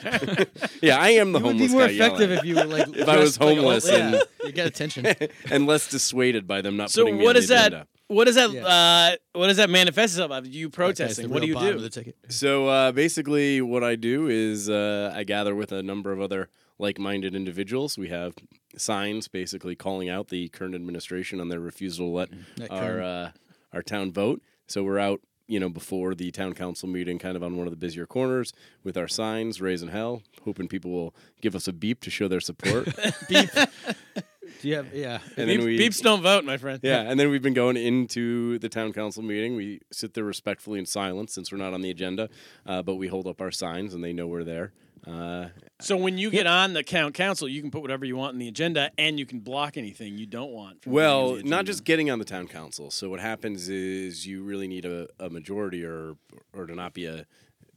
S5: yeah, I am the
S2: It would be
S5: homeless
S2: more
S5: guy
S2: effective
S5: yelling.
S2: if you were like.
S5: If I was
S2: dressed like a-
S5: homeless
S2: yeah,
S5: and-
S2: you get attention.
S5: and less dissuaded by them not
S1: So
S5: putting me
S1: what
S5: on the
S1: is that?
S5: agenda.
S1: What does that?
S2: Yeah.
S1: Uh, what does that manifest itself of? You
S2: That's the
S1: protesting? What do
S2: real
S1: you
S2: bottom
S1: do?
S2: of the ticket.
S5: So uh, basically, what I do is uh, I gather with a number of other like-minded individuals. We have signs basically calling out the current administration on their refusal to let
S2: That
S5: our
S2: current.
S5: uh, our town vote. So we're out, you know, before the town council meeting, kind of on one of the busier corners with our signs raising hell, hoping people will give us a beep to show their support.
S2: Do you have? Yeah.
S5: and
S1: Beep, beeps don't vote, my friend.
S5: yeah, and then we've been going into the town council meeting. We sit there respectfully in silence since we're not on the agenda, uh, but we hold up our signs and they know we're there. Uh,
S1: So when you get on the count council, you can put whatever you want in the agenda, and you can block anything you don't want. from being on
S5: well,
S1: the
S5: not
S1: agenda.
S5: just getting on the town council. So what happens is you really need a, a majority or or to not be a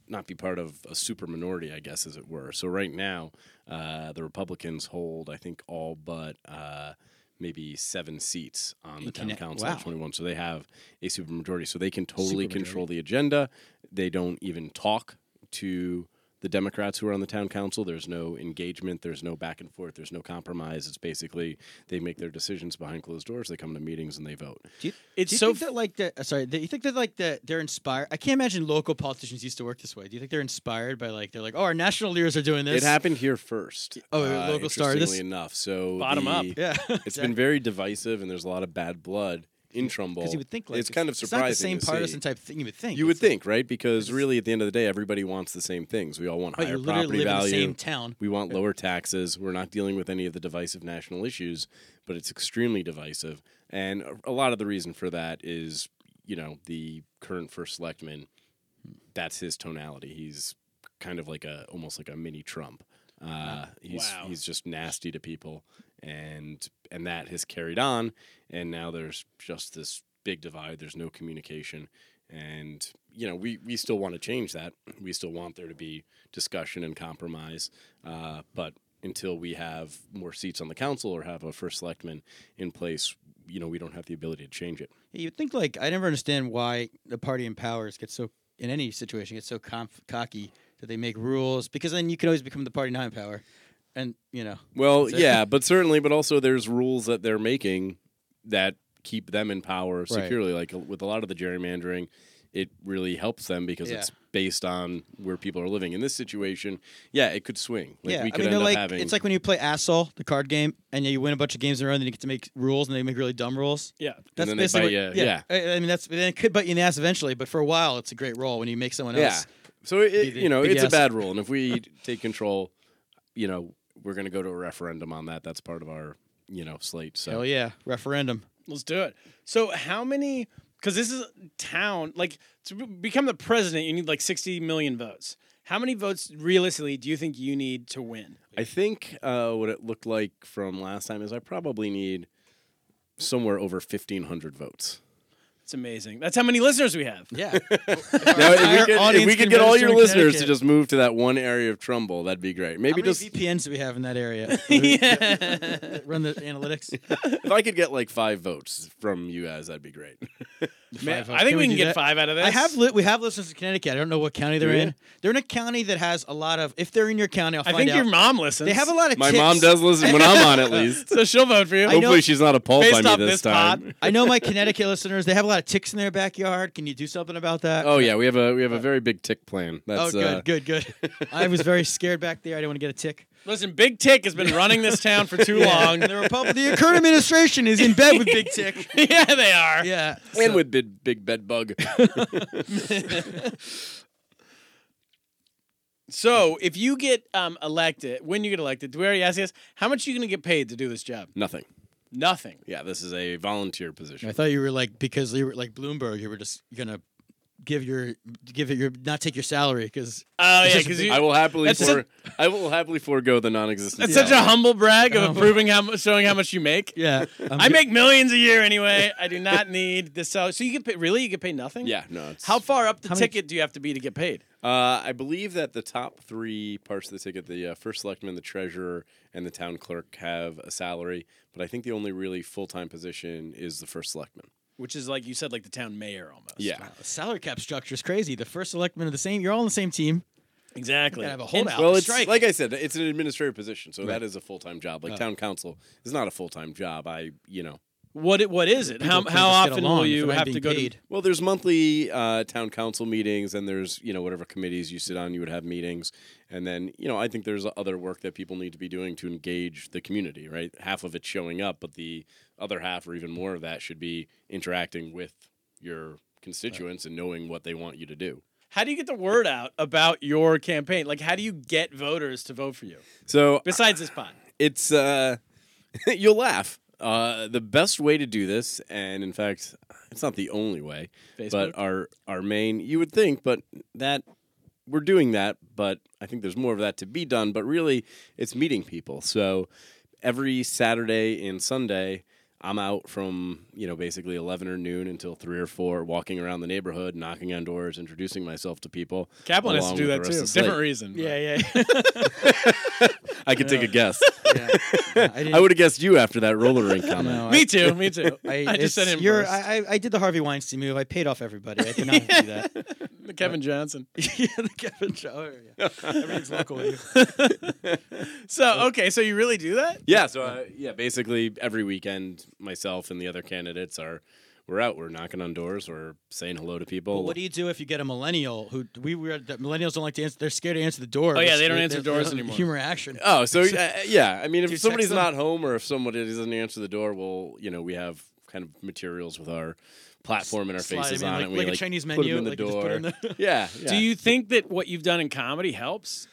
S5: not be part of a super minority, I guess, as it were. So right now, uh, the Republicans hold, I think, all but uh, maybe seven seats on the town
S2: connect-
S5: council
S2: wow.
S5: at 21. So they have a supermajority. So they can totally control the agenda. They don't even talk to the Democrats who are on the town council. There's no engagement. There's no back and forth. There's no compromise. It's basically they make their decisions behind closed doors. They come to meetings and they vote.
S2: Do you,
S1: It's
S2: do you
S1: so
S2: think
S1: f-
S2: that like the uh, sorry, do you think that like the they're inspired? I can't imagine local politicians used to work this way. Do you think they're inspired by like they're like, oh, our national leaders are doing this?
S5: It happened here first. uh,
S2: Oh, a local star. This-
S5: interestingly enough. So
S1: Bottom
S5: the-
S1: up.
S2: Yeah,
S5: It's been very divisive, and there's a lot of bad blood in Trumble.
S2: because you would think like
S5: it's kind of surprising.
S2: It's not the same
S5: to
S2: partisan
S5: see.
S2: type thing you would think.
S5: You would
S2: It's like,
S5: think, right? Because really, at the end of the day, everybody wants the same things. We all want
S2: But
S5: higher
S2: you
S5: property
S2: literally live
S5: value.
S2: in the same town.
S5: We want lower taxes. We're not dealing with any of the divisive national issues, but it's extremely divisive. And a- a lot of the reason for that is, you know, the current first selectman,
S2: Hmm.
S5: that's his tonality. He's kind of like a almost like a mini Trump. Uh, he's
S1: Wow.
S5: he's just nasty to people, and and that has carried on. And now there's just this big divide. There's no communication, and you know we we still want to change that. We still want there to be discussion and compromise, uh, but until we have more seats on the council or have a first selectman in place, you know we don't have the ability to change it.
S2: You would think like I never understand why the party in powers gets so in any situation gets so conf- cocky that they make rules because then you can always become the party not in power, and you know.
S5: Well,
S2: That's it.
S5: yeah, but certainly, but also there's rules that they're making that keep them in power securely. Like uh, with a lot of the gerrymandering, it really helps them because
S2: Yeah.
S5: it's based on where people are living. In this situation, yeah, it could swing. Like
S2: yeah,
S5: we could
S2: I mean,
S5: end
S2: they're
S5: up
S2: like
S5: having.
S2: it's like when you play asshole, the card game, and you win a bunch of games in a row, and then you get to make rules, and they make really dumb rules.
S1: Yeah.
S2: That's
S5: then they
S2: basically
S5: bite
S2: what-
S5: you,
S2: I, I mean, that's then it could bite you in the ass eventually, but for a while, it's a great role when you make someone
S5: yeah.
S2: else.
S5: So it,
S2: the
S5: you know,
S2: big
S5: it's a
S2: ass.
S5: bad rule, and if we take control, you know, we're going to go to a referendum on that. That's part of our you know slate. So
S2: Hell yeah, referendum.
S1: Let's do it. So, how many? Because this is town. Like to be- become the president, you need like sixty million votes. How many votes realistically do you think you need to win?
S5: I think uh, what it looked like from last time is I probably need somewhere over 1,500 votes.
S1: It's amazing. That's how many listeners we have.
S2: Yeah,
S5: Now, if we
S2: entire
S5: could, if
S2: audience
S5: we
S2: can
S5: could get all
S2: register
S5: your
S2: in
S5: listeners to
S2: Connecticut.
S5: just move to that one area of Trumbull, that'd be great. Maybe
S2: How many
S5: just
S2: VPNs do we have in that area? That Run the analytics.
S5: if I could get like five votes from you guys, that'd be great.
S1: Man,
S2: Five votes.
S1: I think we
S2: Can we
S1: can
S2: do
S1: get
S2: that?
S1: five out of this.
S2: I have li- we have listeners in Connecticut. I don't know what county they're
S5: you?
S2: in. They're in a county that has a lot of. If they're in your county, I'll
S1: I
S2: find
S1: think your
S2: out.
S1: mom listens.
S2: They have a lot of.
S5: My
S2: tips.
S5: mom does listen when I'm on, at least.
S1: so she'll vote for you.
S2: I know-
S5: Hopefully, she's not appalled
S1: Based
S5: by me
S1: off
S5: this,
S1: this
S5: time.
S1: pod.
S2: I know my Connecticut listeners. They have a lot of ticks in their backyard. Can you do something about that?
S5: Oh yeah, we have a we have a very big tick plan.
S2: Oh,
S5: That's uh,
S2: good, good, good. I was very scared back there. I didn't want to get a tick.
S1: Listen, Big Tick has been running this town for too long.
S2: The Republic, the current administration is in bed with Big Tick.
S1: yeah, they are.
S2: Yeah.
S5: And with big, big bed bug,
S1: So, if you get um, elected, when you get elected, do we already ask this? How much are you going to get paid to do this job?
S5: nothing.
S1: Nothing.
S5: Yeah, this is a volunteer position.
S2: I thought you were like because you were like Bloomberg. You were just gonna give your give it your not take your salary because
S1: Oh yeah,
S2: just-
S1: because you.
S5: I will happily
S1: That's
S5: for, I will happily forego the non-existent.
S1: That's such a
S5: salary.
S1: humble brag of approving how mu- showing how much you make.
S2: yeah,
S1: I make millions a year anyway. I do not need this. So, so you get paid, really you get paid nothing.
S5: Yeah, no. It's,
S1: How far up the
S2: How many-
S1: ticket do you have to be to get paid?
S5: Uh, I believe that the top three parts of the ticket, the uh, first selectman, the treasurer, and the town clerk, have a salary. But I think the only really full time position is the first selectman.
S1: Which is like you said, like the town mayor almost.
S5: Yeah.
S2: salary cap structure is crazy. The first selectman of the same. You're all on the same team.
S1: exactly.
S2: Gotta have a holdout.
S5: Well, it's
S2: strike.
S5: like I said, it's an administrative position, so that is a full time job. Like town council is not a full time job. I, you know,
S1: What it, what is it? How
S2: People
S1: how
S2: just get
S1: often
S2: along
S1: will
S2: if
S1: you
S2: they're not
S1: have
S2: being
S1: to go
S2: paid.
S1: to?
S5: Well, there's monthly uh, town council meetings, and there's you know whatever committees you sit on, you would have meetings, and then you know I think there's other work that people need to be doing to engage the community. Right, half of it's showing up, but the other half, or even more of that, should be interacting with your constituents and knowing what they want you to do.
S1: How do you get the word out about your campaign? Like, how do you get voters to vote for you?
S5: So
S1: Besides this pod,
S5: it's uh you'll laugh uh the best way to do this and in fact it's not the only way
S1: Facebook?
S5: but our our main you would think but that we're doing that but i think there's more of that to be done but really it's meeting people so every saturday and sunday I'm out from you know basically 11 or noon until three or four, walking around the neighborhood, knocking on doors, introducing myself to people.
S1: Kaplan has
S5: along
S1: to do
S5: with the
S1: that
S5: rest
S1: too.
S5: of the
S1: Different
S5: slate.
S1: reason. but-
S2: Yeah, yeah.
S5: I could take a guess.
S2: I,
S5: I would have guessed you after that roller rink comment.
S2: No,
S1: Me too. Me too. I, just said
S2: it's-
S1: him
S2: you're-
S1: first.
S2: I, I- I did the Harvey Weinstein move. I paid off everybody. I did not do that.
S1: Kevin Johnson.
S2: yeah, the Kevin Shower. Yeah. Everything's local. here.
S1: So okay, so you really do that?
S5: Yeah, so uh, yeah, basically every weekend, myself and the other candidates are we're out, we're knocking on doors, we're saying hello to people.
S2: But what do you do if you get a millennial who we were the millennials don't like to answer? They're scared to answer the door.
S1: Oh, yeah, they
S2: They're
S1: don't
S2: scared-
S1: answer doors anymore.
S2: Humor action.
S5: oh, so uh, yeah, I mean, if
S1: you text
S5: somebody's
S1: them?
S5: not home or if somebody doesn't answer the door, well, you know, we have kind of materials with our platform and our
S2: Slide 'em
S5: faces
S2: in,
S5: on
S2: like-
S5: it. We
S2: like a Chinese
S5: put 'em
S2: menu,
S5: in the
S2: like you just
S5: door.
S2: put 'em there.
S5: yeah,
S1: Do
S5: yeah.
S1: you think that what you've done in comedy helps?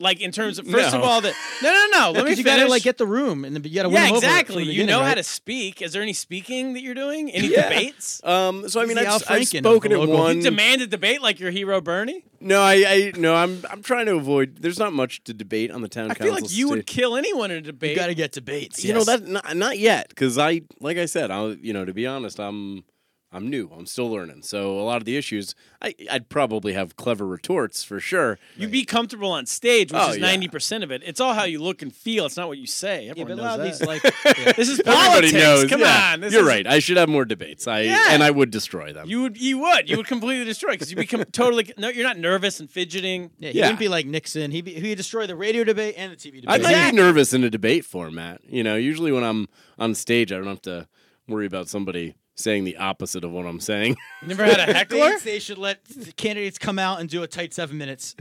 S1: Like in terms of first of
S5: No.
S1: all, that no, no, no. Let me
S2: Because you
S1: finish.
S2: gotta like get the room and then you gotta win
S1: yeah,
S2: 'em over
S1: exactly.
S2: from the
S1: You know
S2: beginning,
S1: how
S2: right?
S1: to speak. Is there any speaking that you're doing? Any
S5: Yeah.
S1: debates?
S5: Um, so I mean,
S2: the
S5: I've,
S2: Al
S5: I've
S2: Franken of
S5: spoken
S2: the
S5: at
S2: local- You
S5: one.
S1: You demand a debate like your hero Bernie.
S5: no, I, I, no, I'm, I'm trying to avoid. There's not much to debate on the town
S1: I
S5: council.
S1: feel like you would
S5: sta-
S1: kill anyone in a
S2: You
S1: debate.
S2: gotta get debates.
S5: you know
S2: yes.
S5: that not, not yet because i like i said i you know to be honest i'm i'm new i'm still learning so a lot of the issues I, i'd probably have clever retorts for sure
S1: You be comfortable on stage, which
S5: Oh,
S1: is
S5: yeah.
S1: ninety percent of it. It's all how you look and feel. It's not what you say.
S2: Yeah,
S1: Everyone
S2: but a
S1: knows
S2: lot of
S1: that.
S2: these like yeah.
S1: This is
S5: everybody
S1: politics.
S5: knows
S1: Come
S5: yeah,
S1: on, this
S5: you're
S1: is-
S5: right i should have more debates i
S1: Yeah.
S5: and i would destroy them
S1: You would, you would, you would completely destroy because you become totally. No, you're not nervous and fidgeting.
S2: Yeah, he
S5: Yeah.
S2: wouldn't be like Nixon. He he would destroy the radio debate and the TV debate.
S5: i'd
S1: Exactly.
S5: not be nervous in a debate format you know usually when i'm on stage i don't have to worry about somebody saying the opposite of what i'm saying
S1: You never had a heckler.
S2: Think they should let the candidates come out and do a tight seven minutes.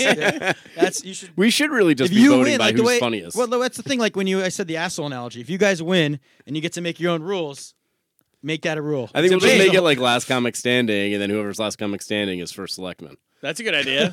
S2: yeah. That's- you should.
S5: we should really just
S2: If
S5: be
S2: you
S5: voting
S2: win,
S5: by
S2: like
S5: who's
S2: the way,
S5: funniest
S2: well, that's the thing. Like when you, I said the asshole analogy. If you guys win and you get to make your own rules, make that a rule.
S5: I think we'll just
S2: amazing.
S5: make it like last comic standing, and then whoever's last comic standing is first selectman.
S1: That's a good idea.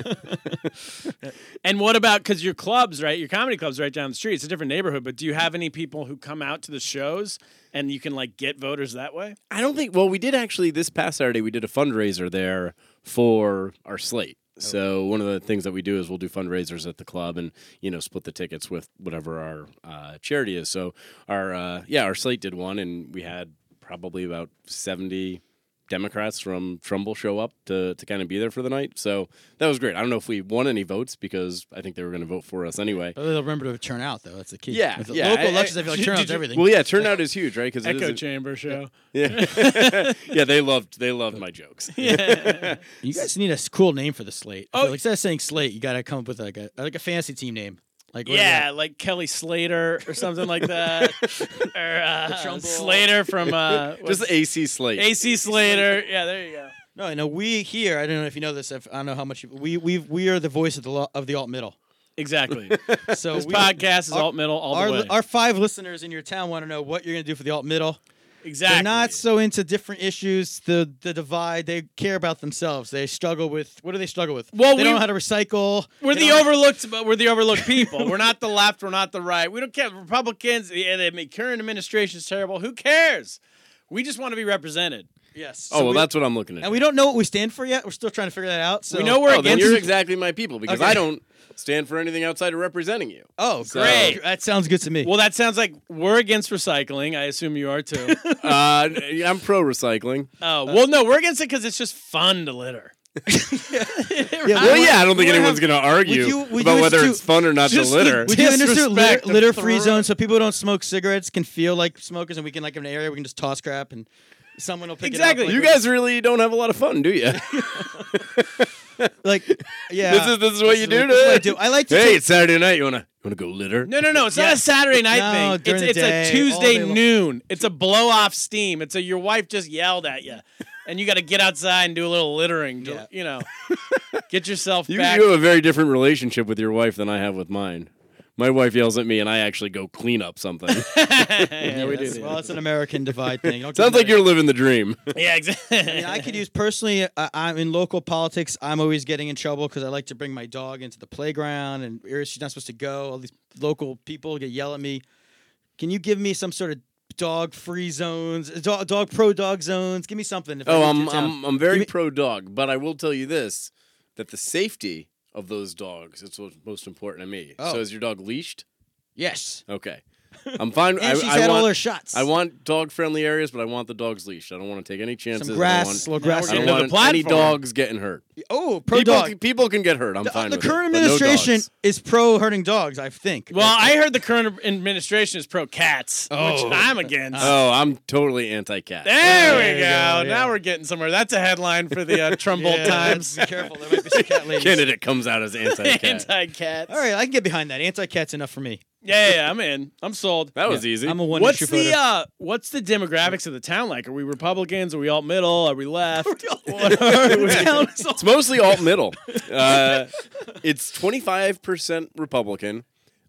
S1: and what about because your clubs, right? Your comedy clubs right down the street. It's a different neighborhood, but do you have any people who come out to the shows and you can like get voters that way?
S5: I don't think. Well, we did actually this past Saturday. We did a fundraiser there for our slate.
S2: Oh.
S5: So one of the things that we do is we'll do fundraisers at the club and you know split the tickets with whatever our uh, charity is. So our uh, yeah our slate did one and we had probably about seventy Democrats from Trumbull show up to to kind of be there for the night. So that was great. I don't know if we won any votes because I think they were going to vote for us anyway.
S2: But they'll remember to turn out though. That's the key.
S5: Yeah,
S2: Oh, With the
S5: yeah.
S2: Local
S5: I- I-
S2: elections, I feel like
S5: did
S2: turnout's
S5: you-
S2: everything.
S5: Well, yeah, turnout is huge, right? Because
S1: Echo chamber show.
S5: yeah, yeah. They loved they loved my jokes.
S2: you guys need a s- cool name for the slate. Oh,
S1: Oh.
S2: like, instead of saying slate, you got to come up with like a like a fantasy team name. Like where
S1: Yeah, like Kelly Slater or something like that, or uh, Slater from uh,
S5: Just the AC slate.
S1: AC Slater. Yeah, there you go.
S2: No, I know we here. I don't know if you know this. If, I don't know how much you, we we we are the voice of the lo- of the alt middle.
S1: Exactly.
S2: So
S1: This
S2: we,
S1: podcast is alt middle all
S2: our
S1: the way.
S2: our five listeners in your town want to know what you're going to do for the alt middle.
S1: exactly.
S2: They're not so into different issues, the the divide. They care about themselves. They struggle with what do they struggle with?
S1: Well,
S2: they
S1: we-
S2: don't know how to recycle.
S1: We're
S2: They
S1: the
S2: don't-
S1: overlooked, but we're the overlooked people. we're not the left. We're not the right. We don't care. Republicans, yeah, the current administration is terrible. Who cares? We just want to be represented.
S2: yes.
S5: oh well, that's what I'm looking at.
S2: and we don't know what we stand for yet. We're still trying to figure that out. So
S1: We know we're
S5: oh, then
S1: against.
S5: you're exactly my people because
S2: Okay.
S5: I don't stand for anything outside of representing you.
S2: Oh,
S5: So-
S2: great! That sounds good to me.
S1: well, that sounds like we're against recycling. I assume you are too.
S5: Uh, I'm pro recycling.
S1: Oh well, no, we're against it because it's just fun to litter.
S2: yeah,
S5: Well, yeah, I don't think
S2: we're
S5: anyone's going to argue
S2: you- would
S5: about
S2: you
S5: whether
S2: do-
S5: it's fun or not to
S1: just
S5: litter.
S2: We do institute litter,
S1: Disrespect of
S2: litter free
S1: throw-
S2: zone so people who don't smoke cigarettes can feel like smokers, and we can like in an area we can just toss crap and someone will pick
S1: Exactly.
S2: it up.
S5: you guys really don't have a lot of fun, do you?
S2: like yeah.
S5: this is this is what you do.
S2: like- this is what I
S5: to-
S2: do. I like to
S5: Hey,
S2: take-
S5: it's Saturday night. You wanna you wanna go litter?
S1: No, no, no. It's not
S2: Yeah.
S1: a Saturday night
S2: No,
S1: thing.
S2: during
S1: It's, it's
S2: the
S1: a
S2: day, all day
S1: Tuesday
S2: long.
S1: noon. It's a blow off steam. It's a your wife just yelled at you, and you got to get outside and do a little littering. To,
S2: Yeah.
S1: You know, get yourself
S5: You,
S1: back.
S5: you have a very different relationship with your wife than I have with mine. My wife yells at me, and I actually go clean up something.
S1: yeah, we do.
S2: Yes, Well, it's an American divide thing. Don't
S5: Sounds
S2: get
S5: like
S2: mad at
S5: you're living the dream.
S1: Yeah, exactly.
S2: me. I, mean, I could use personally. I, I'm in local politics. I'm always getting in trouble because I like to bring my dog into the playground, and where she's not supposed to go. All these local people get yell at me. Can you give me some sort of dog free zones, dog, dog pro dog zones? Give me something. If I
S5: Oh,
S2: leave
S5: I'm
S2: the town.
S5: I'm I'm very pro dog, but I will tell you this: that the safety of those dogs is what's most important to me.
S2: Oh.
S5: So is your dog leashed?
S2: yes.
S5: Okay. I'm fine. I,
S2: And she's
S5: I
S2: had
S5: want,
S2: all her shots.
S5: I want dog friendly areas, but I want the dog's leash. I don't want to take any chances.
S2: some
S5: I
S2: grass, little
S5: don't want,
S1: Now we're
S2: grass.
S5: I don't
S1: Into the
S5: want any
S1: platform.
S5: dogs getting hurt.
S2: Oh, pro
S5: People,
S2: dog.
S5: can- people can get hurt. I'm fine.
S2: The uh,
S5: with it,
S2: current
S5: but no
S2: administration
S5: dogs.
S2: is pro hurting dogs, I think.
S1: Well, I heard the current administration is pro cats, which I'm against.
S5: oh, I'm totally anti-cat.
S1: There,
S2: There
S1: we
S2: you
S1: go.
S2: go,
S1: Now we're getting somewhere. That's a headline for the uh, Trumbull
S2: Yeah,
S1: Times.
S2: Be careful, there might be some cat ladies.
S5: Candidate comes out as anti-cat.
S1: Anti-cats.
S2: All right, I can get behind that. Anti-cat's enough for me.
S1: Yeah, yeah, I'm in. I'm sold.
S5: that was easy.
S2: I'm a one
S1: What's
S2: issue
S1: the
S2: voter.
S1: uh, what's the demographics of the town like? Are we Republicans? Are we alt middle? Are we left?
S2: Town is all-
S5: It's mostly alt middle. Uh, it's 25% Republican,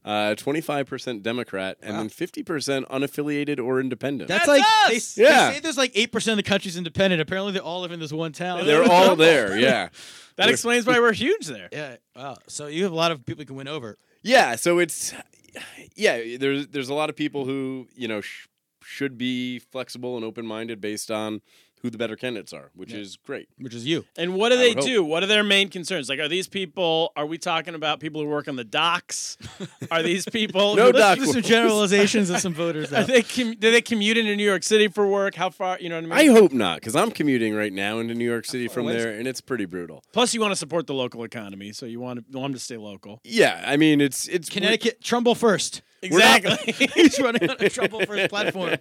S5: uh, 25% Democrat, and then 50% unaffiliated or independent.
S2: That's,
S1: That's
S2: like
S1: us!
S2: they, they
S5: Yeah.
S2: say there's like eight percent of the country's independent. Apparently, they all live in this one town.
S5: They're all there, yeah.
S1: that explains why we're huge there.
S2: yeah. Wow. So you have a lot of people you can win over.
S5: Yeah, so it's yeah, there's there's a lot of people who, you know, sh- should be flexible and open-minded based on who the better candidates are, which is great.
S2: Which is you.
S1: And what do
S5: I
S1: they
S5: would
S1: do? What are their main concerns? Like, are these people? Are we talking about people who work on the docks? Are these people?
S5: No
S1: Let's-
S5: dock
S2: Do some
S5: workers.
S2: generalizations of some voters.
S1: Are
S2: Now.
S1: they com- do they commute into New York City for work? How far? You know what I
S5: I
S1: mean.
S5: hope not, because I'm commuting right now into New York City from
S2: away is
S5: there, and it's pretty brutal.
S1: Plus, you want to support the local economy, so you want, to, want them to stay local.
S5: Yeah, I mean, it's it's
S2: Connecticut, Trumbull first.
S5: not-
S2: He's running on a Trumbull first platform.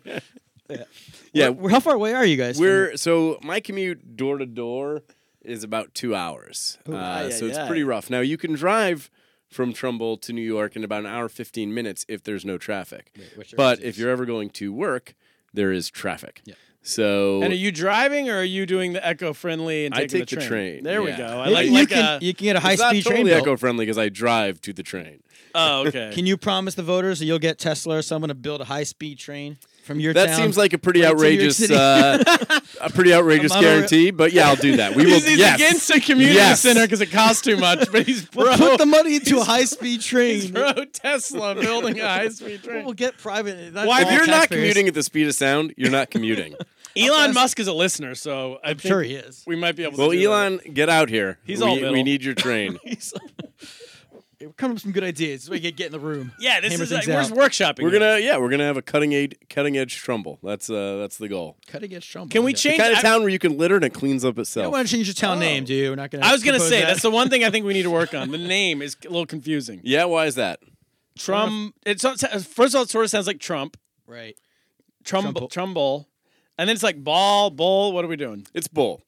S5: Yeah,
S2: Where- How far away are you guys? from-
S5: We're so my commute door to door is about two hours, uh,
S1: Aye,
S5: so
S1: aye,
S5: it's
S1: aye.
S5: pretty rough. Now you can drive from Trumbull to New York in about an hour fifteen minutes if there's no traffic. but if you're ever going to work, there is traffic. So
S1: And are you driving or are you doing the eco friendly and
S5: I
S1: taking
S5: take the train,
S1: There we
S5: yeah.
S1: go. I
S2: You-
S1: like,
S2: you,
S1: like uh,
S2: can,
S1: a,
S2: you can get a high
S5: it's not
S2: speed
S5: totally
S2: train. bill.
S5: eco friendly because I drive to the train.
S1: oh okay.
S2: Can you promise the voters that you'll get Tesla or someone to build a high speed train from your
S5: That
S2: town?
S5: seems like a pretty
S2: right to New York
S5: outrageous,
S2: City.
S5: uh, a pretty outrageous
S2: monorail.
S5: guarantee. But yeah, I'll do that. We will.
S1: he's he's
S5: yes.
S1: against a community
S5: Yes.
S1: center because it costs too much, but he's pro,
S2: Well, put the money into a high speed train.
S1: pro Tesla building a high speed train.
S2: We'll get private. not
S1: Why,
S2: all
S5: if you're not
S2: taxpayers.
S5: commuting at the speed of sound, you're not commuting.
S1: Elon Musk is a listener, so I am
S2: sure he is.
S1: We might be able.
S5: well,
S1: to do that.
S5: Elon, get out here.
S1: He's
S5: we,
S1: all
S5: we
S1: middle.
S5: need your train.
S2: We're coming up with some good ideas. so We can get in the room.
S1: Yeah, this
S2: hammer
S1: is like,
S2: things
S1: we're
S2: out.
S1: workshopping.
S5: We're
S1: here.
S5: gonna yeah, we're gonna have a cutting edge cutting edge Trumbull. That's uh that's the goal.
S2: cutting edge Trumbull.
S1: Can we
S2: Yeah.
S1: change?
S5: Kind of
S1: I-
S5: town where you can litter and it cleans up
S2: You
S5: itself.
S2: don't want to change your town name, do you? We're not gonna.
S1: I was gonna
S2: propose
S1: say
S2: that.
S1: that's the one thing I think we need to work on. The name is a little confusing.
S5: yeah, why is that?
S1: Trump. It's first of all, it sort of sounds like Trump.
S2: right.
S1: Trumbull.
S2: Trumbull.
S1: Trumbull. And then it's like ball, bull. What are we doing?
S5: It's bull.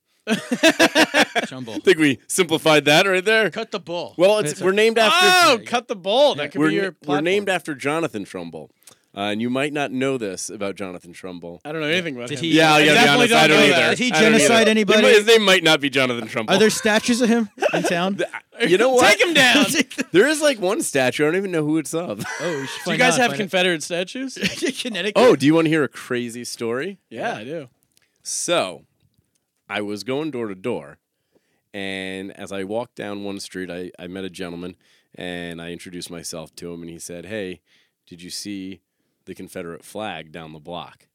S2: Trumbull.
S5: I think we simplified that right there.
S2: Cut the bull.
S5: Well, it's, we're named after
S1: Oh, cut the bull. That could
S5: we're,
S1: be your.
S5: we're
S1: platform.
S5: named after Jonathan Trumbull. Uh, and you might not know this about Jonathan Trumbull.
S1: I don't know anything about
S2: Did
S1: him.
S2: he- Yeah,
S1: I
S5: I gotta be
S1: definitely
S5: honest, I don't
S1: know
S5: either.
S1: that.
S2: Did he
S5: I don't either.
S2: genocide anybody?
S5: His name might not be Jonathan Trumbull.
S2: Are there statues of him in town?
S5: you know what?
S1: Take him down. Do
S5: There is like one statue. I don't even know who it's of.
S2: oh, we should
S1: you
S2: find
S1: guys
S2: out,
S1: have
S2: find
S1: Confederate statues?
S2: out. Connecticut?
S5: oh, do you want to hear a crazy story?
S1: yeah, I do.
S5: So I was going door to door, and as I walked down one street, I, I met a gentleman and I introduced myself to him, and he said, Hey, did you see the Confederate flag down the block?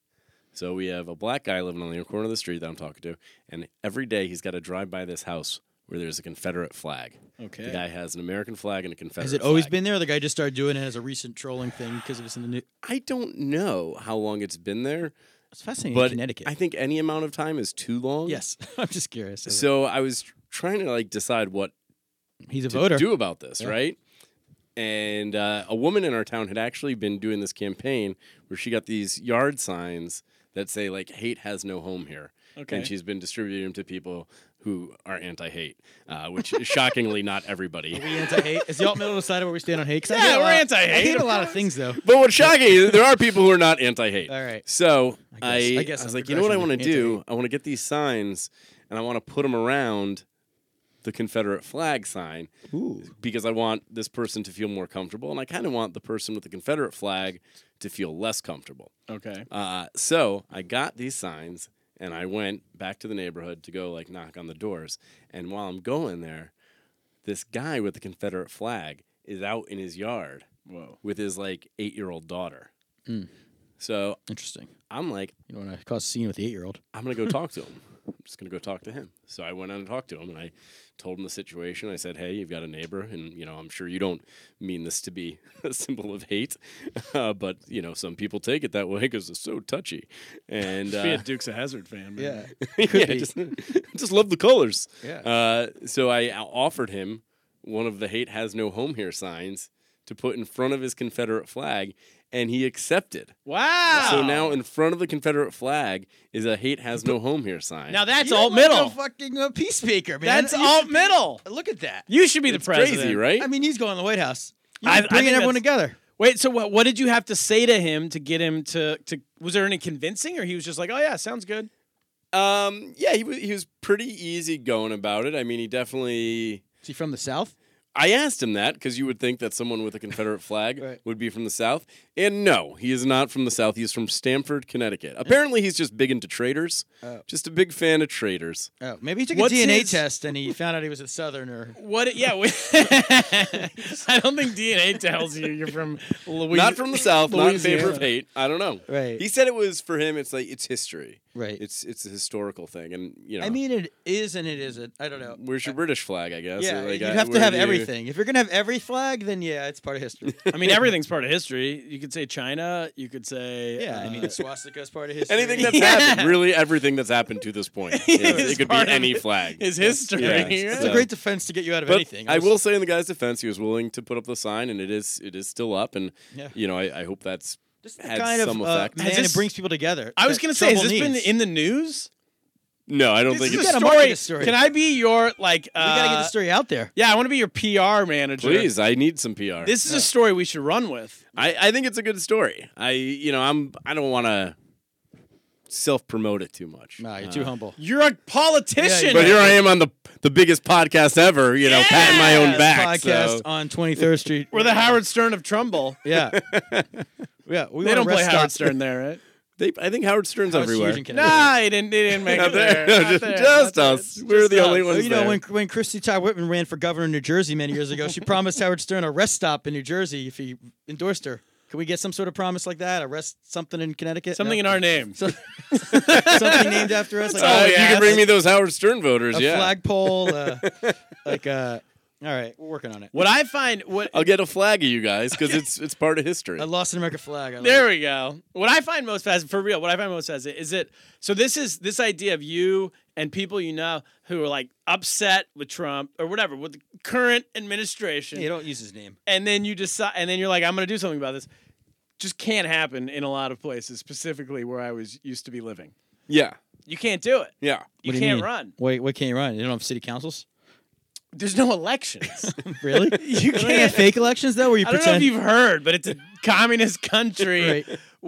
S5: So we have a black guy living on the corner of the street that I'm talking to, and every day he's got to drive by this house where there's a Confederate flag.
S1: Okay.
S5: The guy has an American flag and a Confederate
S2: Has it always
S5: flag.
S2: been there? or The guy just started doing it as a recent trolling thing because it was in the new.
S5: I don't know how long it's been there,
S2: It's fascinating.
S5: but
S2: Connecticut.
S5: I think any amount of time is too long.
S2: yes, I'm just curious.
S5: So I was trying to like decide what
S2: He's a
S5: to
S2: voter.
S5: do about this, right? And uh, a woman in our town had actually been doing this campaign where she got these yard signs that say like "Hate has no home here,"
S1: Okay.
S5: and she's been distributing them to people who are anti-hate, uh, which is shockingly not everybody.
S2: anti-hate. Is the alt middle decided where we stand on hate? 'Cause I
S1: Yeah,
S2: hate a
S1: we're
S2: lot-
S1: anti-hate,
S2: I hate
S1: of
S2: a lot of things though.
S5: But what's shocking is there are people who are not anti-hate.
S2: All right.
S5: So
S2: I guess-
S5: I,
S2: I guess
S5: I was
S2: that's
S5: like, you know what I want to
S2: progression,
S5: do? I want to get these signs and I want to put them around the Confederate flag sign because I want this person to feel more comfortable, and I kind of want the person with the Confederate flag to feel less comfortable.
S1: Okay.
S5: Uh, so I got these signs and I went back to the neighborhood to go like knock on the doors. And while I'm going there, this guy with the Confederate flag is out in his yard
S1: Whoa.
S5: with his like eight year old daughter. So
S2: Interesting.
S5: I'm like,
S2: You don't want to cause a scene with the eight year old.
S5: I'm gonna go talk to him. I'm just gonna go talk to him. So I went out and talked to him, and I told him the situation. I said, "Hey, you've got a neighbor, and you know, I'm sure you don't mean this to be a symbol of hate, uh, but you know, some people take it that way because it's so touchy." And
S1: Be a
S5: uh,
S1: Dukes of Hazard fan, man.
S5: yeah,
S2: be.
S5: just, just love the colors.
S2: Yeah.
S5: Uh, so I o- offered him one of the "Hate Has No Home Here" signs to put in front of his Confederate flag, and he accepted.
S1: Wow.
S2: Oh.
S5: So now, in front of the Confederate flag is a "Hate Has No Home Here" sign.
S1: now that's
S2: You're
S1: alt
S2: like
S1: middle.
S2: a fucking uh, peacemaker, man.
S1: that's
S2: You-
S1: alt middle.
S2: Look at that.
S1: You should be the
S5: It's
S1: president.
S5: crazy, right?
S2: I mean, he's going to the White House. You're
S1: I- I
S2: bringing
S1: think
S2: everyone
S1: that's-
S2: together.
S1: Wait, so what, what did you have to say to him to get him to, to was there any convincing or he was just like, "Oh yeah, sounds good."
S5: Um, yeah, he was he was pretty easy going about it. I mean, he definitely.
S2: Is he from the South?
S5: I asked him that because you would think that someone with a Confederate flag
S2: Right.
S5: would be from the South, and no, he is not from the South. He is from Stamford, Connecticut. Apparently, he's just big into traders. Just a big fan of traders.
S2: Oh, maybe he took
S1: What's
S2: a DNA
S1: his-
S2: test and he found out he was a Southerner.
S1: What it, yeah, we- I don't think DNA tells you you're from Louisiana.
S5: not from the South. not in favor of hate. I don't know.
S2: Right.
S5: He said it was for him. It's like it's history.
S2: Right.
S5: It's it's a historical thing, and you know.
S2: I mean, it is and it isn't. I don't know. Uh,
S5: Where's your British flag? I guess.
S2: Yeah,
S5: Like,
S2: you'd
S5: I-
S2: have to
S5: where
S2: have
S5: do you-
S2: everything. If you're gonna have every flag, then yeah, it's part of history.
S1: I mean, everything's part of history. You could say China. You could say uh,
S2: yeah, I mean, the swastika is part of history.
S5: Anything that's
S1: Yeah.
S5: happened, really, everything that's happened to this point. It-
S1: Is
S5: it could
S1: part
S5: be
S1: of
S5: any
S1: it.
S5: flag.
S1: is history.
S5: Yeah.
S1: Yeah.
S2: It's a great defense to get you out of
S5: But
S2: anything.
S5: I
S2: was-
S5: will say, in the guy's defense, he was willing to put up the sign, and it is it is still up. And
S2: Yeah.
S5: you know, I, I hope that's
S2: This is the
S5: had
S2: kind
S5: some
S2: of uh,
S5: effect.
S2: man,
S1: Has this-
S2: it brings people together.
S1: I was
S2: that
S1: gonna say, has
S2: trouble
S1: this been
S2: needs.
S1: in the news?
S5: no, I don't
S1: This
S5: think
S1: is
S5: it's.
S2: gotta
S1: a
S2: market
S1: story.
S2: this story.
S1: Can I be your like? Uh,
S2: We gotta get the story out there.
S1: Yeah, I want to be your PR manager.
S5: Please, I need some PR.
S1: This is a story we should run with.
S5: I, I think it's a good story. I you know I'm I don't want to self promote it too much.
S2: Nah, you're too
S5: Uh,
S2: humble.
S1: You're a politician.
S2: Yeah,
S5: But here I am on the the biggest podcast ever. You know, patting my own
S1: Yes,
S5: back.
S2: Podcast
S5: so-
S2: on 23rd Street.
S1: We're the Howard Stern of Trumbull.
S2: yeah, yeah. We
S1: They
S2: wanna
S1: don't play
S2: rest
S1: Howard
S2: up.
S1: Stern there, right?
S5: They, I think Howard Stern's
S2: Howard's
S5: everywhere.
S2: huge in Connecticut.
S1: Nah, he didn't. He didn't make
S5: Not
S1: it there.
S5: there.
S1: Not
S5: Just-
S1: there.
S5: just
S1: Not
S5: us.
S1: there.
S5: We're the only
S2: Well,
S5: ones
S2: you know,
S5: there.
S2: when when Christy Todd Whitman ran for governor of New Jersey many years ago, she promised Howard Stern a rest stop in New Jersey if he endorsed her. Can we get some sort of promise like that? A rest something in Connecticut?
S1: Something in our name.
S2: So- something named after us. Like
S5: Oh,
S2: a
S5: if you
S2: flag-
S5: can bring me those Howard Stern voters,
S2: a
S5: yeah.
S2: flagpole. Uh, like, uh, all right, we're working on it.
S1: What I find what
S5: I'll get a flag of you guys because it's it's part of history.
S2: A lost in America flag. I like
S1: There we go. What I find most fascinating, for real, what I find most fascinating is that. So this is this idea of you and people you know who are like upset with Trump or whatever with the current
S2: it.
S1: administration,
S2: Hey, don't use his name.
S1: and then you decide, and then you're like, I'm going to do something about this. Just can't happen in a lot of places, specifically where I was used to be living.
S5: yeah,
S1: You can't do it.
S5: yeah.
S1: You
S2: What do
S1: can't
S2: mean?
S1: run.
S2: Wait, what can't you run? You don't have city councils?
S1: There's no elections.
S2: Really?
S1: you
S2: Don't they have
S1: can't.
S2: fake elections though, where you
S1: I don't
S2: pretend.
S1: know if you've heard, but it's a communist country
S2: Right.
S1: Um, "Oh, Oh,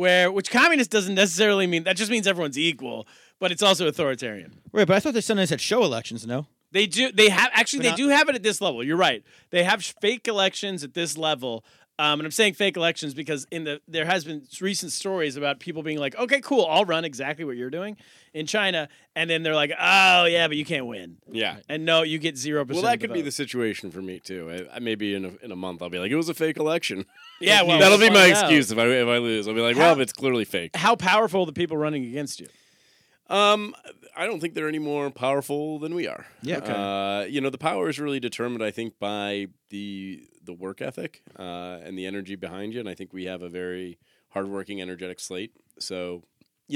S5: Uh, uh,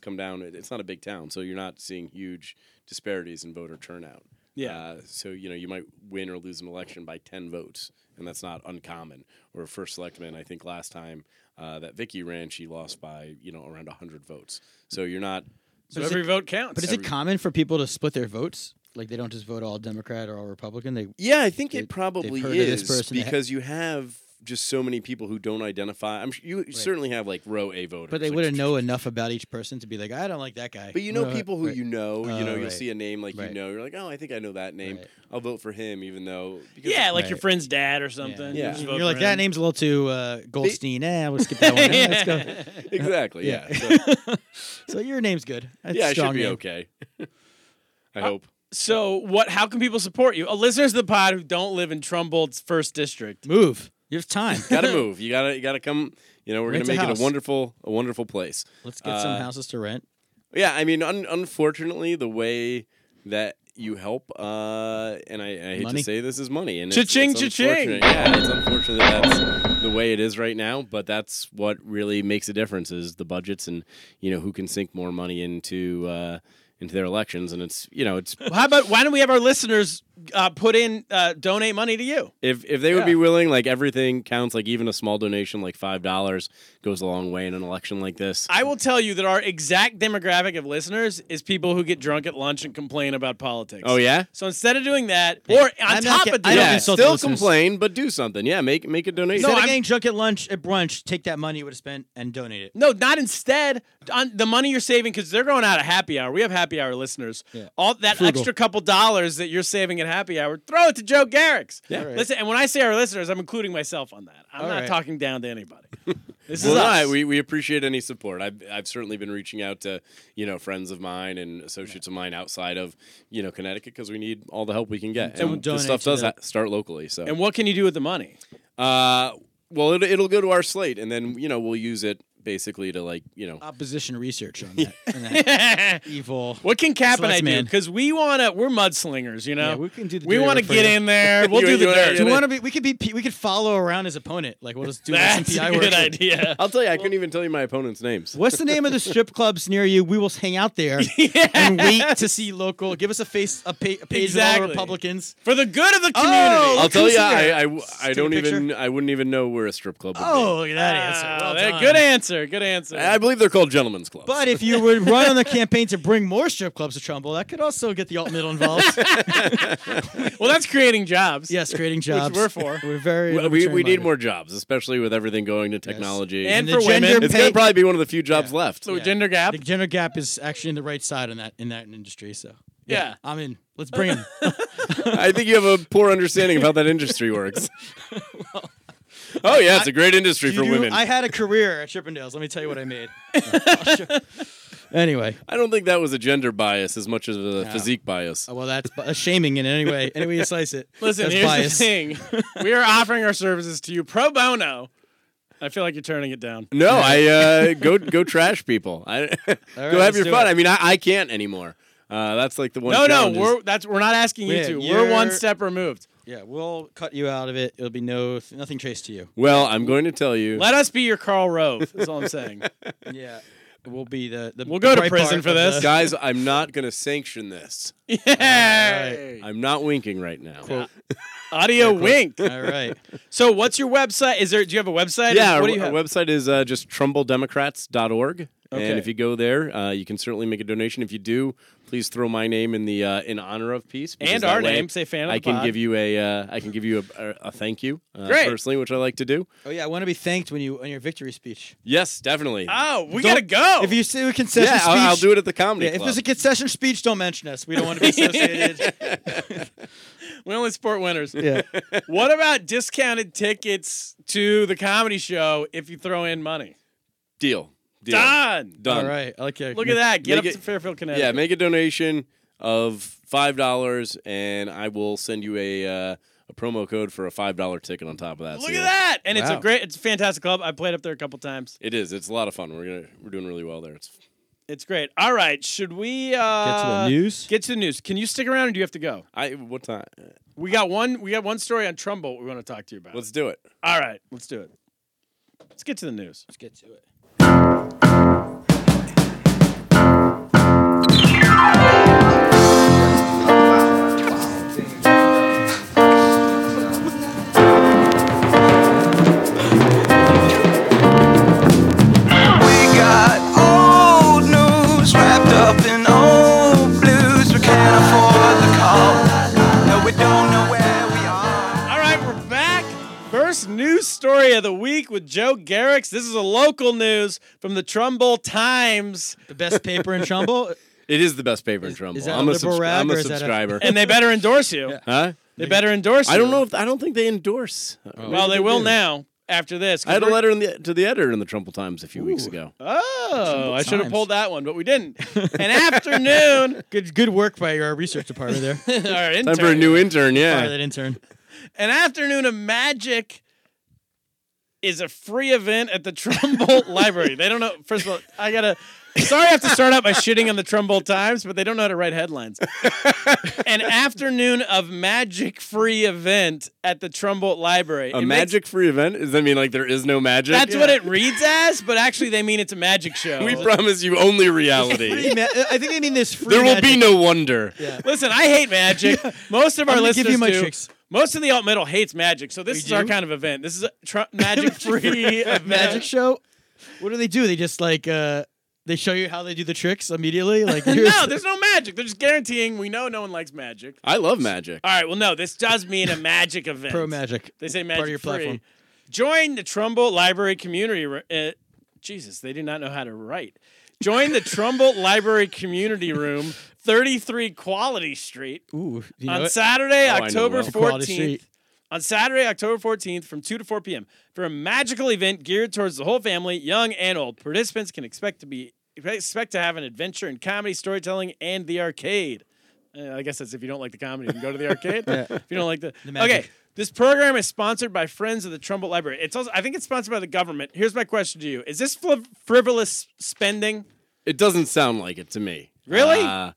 S1: Uh,
S2: Oh, uh, Eh, Uh, You have time.
S5: Uh, uh, "Oh, Got to move. You gotta you gotta come. You know, we're
S2: Rent a
S5: gonna make it
S2: house.
S5: a wonderful a wonderful place.
S2: Let's get some
S5: Uh,
S2: houses to rent.
S5: Yeah, I mean, un- unfortunately, the way that you help, uh, and I, I hate
S2: Money.
S5: to say this is money, and
S1: Cha-ching,
S5: it's, it's
S1: cha-ching.
S5: unfortunate. Yeah, it's unfortunate that that's the way it is right now, but that's what really makes a difference is the budgets and you know who can sink more money into uh, into their elections, and it's you know it's
S1: How about why don't we have our listeners uh, put in uh, donate money to you?
S5: if if they would be willing, like everything counts, like even a small donation, like five dollars, goes a long way in an election like this.
S1: I will tell you that our exact demographic of listeners is people who get drunk at lunch and complain about politics.
S5: oh yeah.
S1: So instead of doing that, or on
S2: I'm not
S1: top
S2: get-
S1: of that,
S2: I don't
S5: yeah,
S2: insult
S5: still
S2: the listeners.
S5: complain, but do something. Yeah, make make a donation.
S2: Instead of
S1: I'm-
S2: getting drunk at lunch at brunch, take that money you would have spent and donate it.
S1: No, not instead. On the money you're saving because they're going out at happy hour. We have happy hour listeners. All that
S2: Frugal.
S1: extra couple dollars that you're saving at happy hour, throw it to Joe Garrick's. Yeah. Listen, and when I say our listeners, I'm including myself on that. I'm not
S2: right.
S1: talking down to anybody. This
S5: Well,
S1: is
S5: no,
S1: us.
S5: I- we, we appreciate any support. I've, I've certainly been reaching out to, you know, friends of mine and associates of mine outside of, you know, Connecticut because we need all the help we can get. And,
S2: we'll
S5: this
S2: donate
S5: stuff
S2: to
S5: does
S2: that.
S5: that. start locally. So,
S1: and what can you do with the money?
S5: uh, well, it, it'll go to our slate and then, you know, we'll use it basically to like, you know,
S2: Opposition research on that, on that evil.
S1: What can Cap and I do?
S2: Selectman.
S1: Because we want to, we're mudslingers, you know?
S6: Yeah, we can do the
S1: We
S6: dirty
S1: want to
S6: work for
S1: get
S6: you.
S1: in there. We'll
S5: You-
S1: do the
S5: you are-
S1: dirt.
S2: Do
S5: you're
S2: you want to be? We could be. We could follow around his opponent. Like we'll just do some
S1: That's
S2: PI
S1: a
S2: work.
S1: good idea.
S5: I'll tell you, I couldn't even tell you my opponent's names.
S2: What's the name of the strip clubs near you? We will hang out there and wait to see local. Give us a face, a, pa- a page of all
S1: Exactly.
S2: the Republicans.
S1: For the good of the community.
S2: Oh,
S5: I'll
S2: look
S5: tell
S2: who's
S5: you,
S2: here.
S5: I, I, I
S2: Take a
S5: don't even,
S2: picture.
S5: I wouldn't even know where a strip club would
S2: Oh, look at that answer.
S1: Ah,
S2: Well
S1: that-
S2: done.
S1: good answer. Good answer.
S5: be. I believe they're called gentlemen's clubs.
S2: But if you would run on the campaign to bring more strip clubs to Trumbull, that could also get the alt middle involved.
S1: well, that's creating jobs.
S2: yes, creating jobs.
S1: we're for.
S2: We're very.
S5: we, we, we need
S2: libertarian-minded.
S5: more jobs, especially with everything going to technology.
S1: And
S2: the
S1: for women.
S2: gender
S5: it's going
S2: pay-
S5: to probably be one of the few jobs left.
S1: So gender gap.
S2: The gender gap is actually in the right side on that in that industry. So
S1: Yeah.
S2: I'm in. Let's bring him.
S5: I think you have a poor understanding of how that industry works. oh yeah, it's a great industry for
S2: You do-
S5: women.
S2: I
S5: I,
S2: had a career at Chippendales. Let me tell you what I made. Oh, anyway,
S5: don't think that was a gender bias as much as a physique bias.
S2: oh, well, that's bu- shaming in any way. Any way you slice it.
S1: Listen,
S2: that's
S1: here's
S2: bias.
S1: the thing. We are offering our services to you pro bono. I feel like you're turning it down.
S5: No, I uh, go go trash people. I, go have
S2: let's
S5: your
S2: do
S5: fun.
S2: it.
S5: I mean, I, I can't anymore. Uh, that's like the one.
S1: No, no,
S5: challenge is-
S1: we're that's we're not asking you
S2: Yeah,
S1: to. We're one
S2: you're-
S1: step removed.
S2: Yeah, we'll cut you out of it. It'll be no nothing traced to you.
S5: well, I'm going to tell you.
S1: Let us be your Carl Rove. Is all I'm saying.
S2: Yeah, we'll be the. the
S1: We'll go to prison for this.
S5: Guys, I'm not going to sanction this.
S1: Yay!
S5: I'm not winking right now.
S1: Audio wink.
S2: all right.
S1: So, what's your website? Is there? Do you have a website?
S5: Yeah,
S1: What
S5: our,
S1: do you
S5: our
S1: have?
S5: website is uh, just trumbledemocrats.org.
S1: Okay.
S5: And if you go there, uh, you can certainly make a donation. If you do, please throw my name in the uh, in honor of peace because
S1: And
S5: that
S1: our
S5: way
S1: name, say fan of
S5: I
S1: the
S5: can
S1: pod.
S5: give you a uh, I can give you a, a, a thank you uh,
S1: Great.
S5: personally, which I like to do.
S2: Oh yeah, I want to be thanked when you on your victory speech.
S5: Yes, definitely.
S1: Oh, we
S2: Don't-
S1: gotta go.
S2: If you see a concession
S5: yeah,
S2: speech,
S5: I'll, I'll do it at the comedy
S2: Yeah, if
S5: club.
S2: there's a concession speech, don't mention us. We don't want to be associated.
S1: we only support winners.
S2: yeah.
S1: what about discounted tickets to the comedy show if you throw in money?
S5: deal. Deal.
S1: Done.
S5: Done.
S2: All right. I like your-
S1: Look at that. Get
S5: Make
S1: up
S5: it-
S1: to Fairfield, Connecticut.
S5: Yeah, make a donation of five dollars, and I will send you a uh, a promo code for a five dollar ticket on top of that.
S1: Look
S5: So
S1: at
S5: you'll-
S1: that. And it's a
S2: Wow.
S1: great, it's a fantastic club. I played up there a couple times.
S5: It is. It's a lot of fun. We're gonna we're doing really well there. It's
S1: It's great. All right. Should we uh,
S2: Get to the news?
S1: Get to the news. Can you stick around or do you have to go?
S5: I what time?
S1: We got one we got one story on Trumbull we want to talk to you about.
S5: Let's do it.
S1: All right, let's do it. Let's get to the news.
S2: Let's get to it.
S3: We got old news wrapped up in old blues. We can't afford the call. No, we don't know where we are.
S1: All right, we're back. First news story of the week with Joe Garrix. This is a local news from the Trumbull Times,
S2: The best paper in Trumbull.
S5: It is the best paper in Trumbull.
S2: is that a
S5: I'm a,
S2: liberal
S5: subscri-
S2: rag
S5: I'm
S2: or
S5: a
S2: is that a-
S5: subscriber.
S1: and they better endorse you.
S5: huh?
S1: They better endorse you.
S5: I don't know if I don't think they endorse. uh,
S1: Well, they will now after this. 'cause
S5: I had a
S1: we're-
S5: letter in the, to the editor in the Trumbull Times a few weeks ago.
S1: Oh, I should have
S2: Times.
S1: pulled that one, but we didn't. An afternoon,
S2: Good good work by your research department there.
S1: our
S5: Time for a
S1: intern,
S5: new intern.
S2: Fire
S5: Yeah.
S2: that intern.
S1: an afternoon of magic is a free event at the Trumbull Library. They don't know. First of all, I gotta. Sorry, I have to start out by shitting on the Trumbull Times, but they don't know how to write headlines. An afternoon of magic free event at the Trumbull Library.
S5: A
S1: It makes-
S5: magic free event? Does that mean like there is no magic?
S1: that's what it reads as, but actually they mean it's a magic show.
S5: We promise you only
S2: Free
S5: reality.
S2: ma- I think they mean this free.
S5: there will be
S2: magic.
S5: no wonder. Yeah.
S1: Listen, I hate magic. Most of our
S2: I'm gonna
S1: listeners
S2: give you my
S1: do.
S2: tricks.
S1: Most of the alt middle hates magic, so this
S2: We
S1: is our
S2: do?
S1: kind of event. This is a tr- magic free event.
S2: magic show. What do they do? They just like uh, they show you how they do the tricks immediately. Like here's-
S1: No, there's no magic. They're just guaranteeing we know no one likes magic.
S5: I love magic.
S1: All right, well, no, this does mean a magic event.
S2: pro magic.
S1: They say magic
S2: Part of your
S1: free.
S2: platform.
S1: Join the Trumbull Library Community. Ro- Uh, Jesus, they do not know how to write. Join the Trumbull Library Community Room, 33 Quality Street,
S2: Ooh, you know
S1: on
S2: it?
S1: Saturday,
S5: Oh, I know
S1: October
S5: well.
S2: It's a quality street.
S1: 14th. On Saturday, October 14th from 2 to 4 p.m. for a magical event geared towards the whole family, young and old. Participants can expect to be expect to have an adventure in comedy, storytelling, and the arcade. Uh, I guess that's if you don't like the comedy, you can go to the arcade. If you don't like the,
S2: magic.
S1: Okay. This program is sponsored by Friends of the Trumbull Library. It's also I think it's sponsored by the government. Here's my question to you. Is this fliv- frivolous spending?
S5: It doesn't sound like it to me.
S1: Really?
S5: Uh,
S1: Is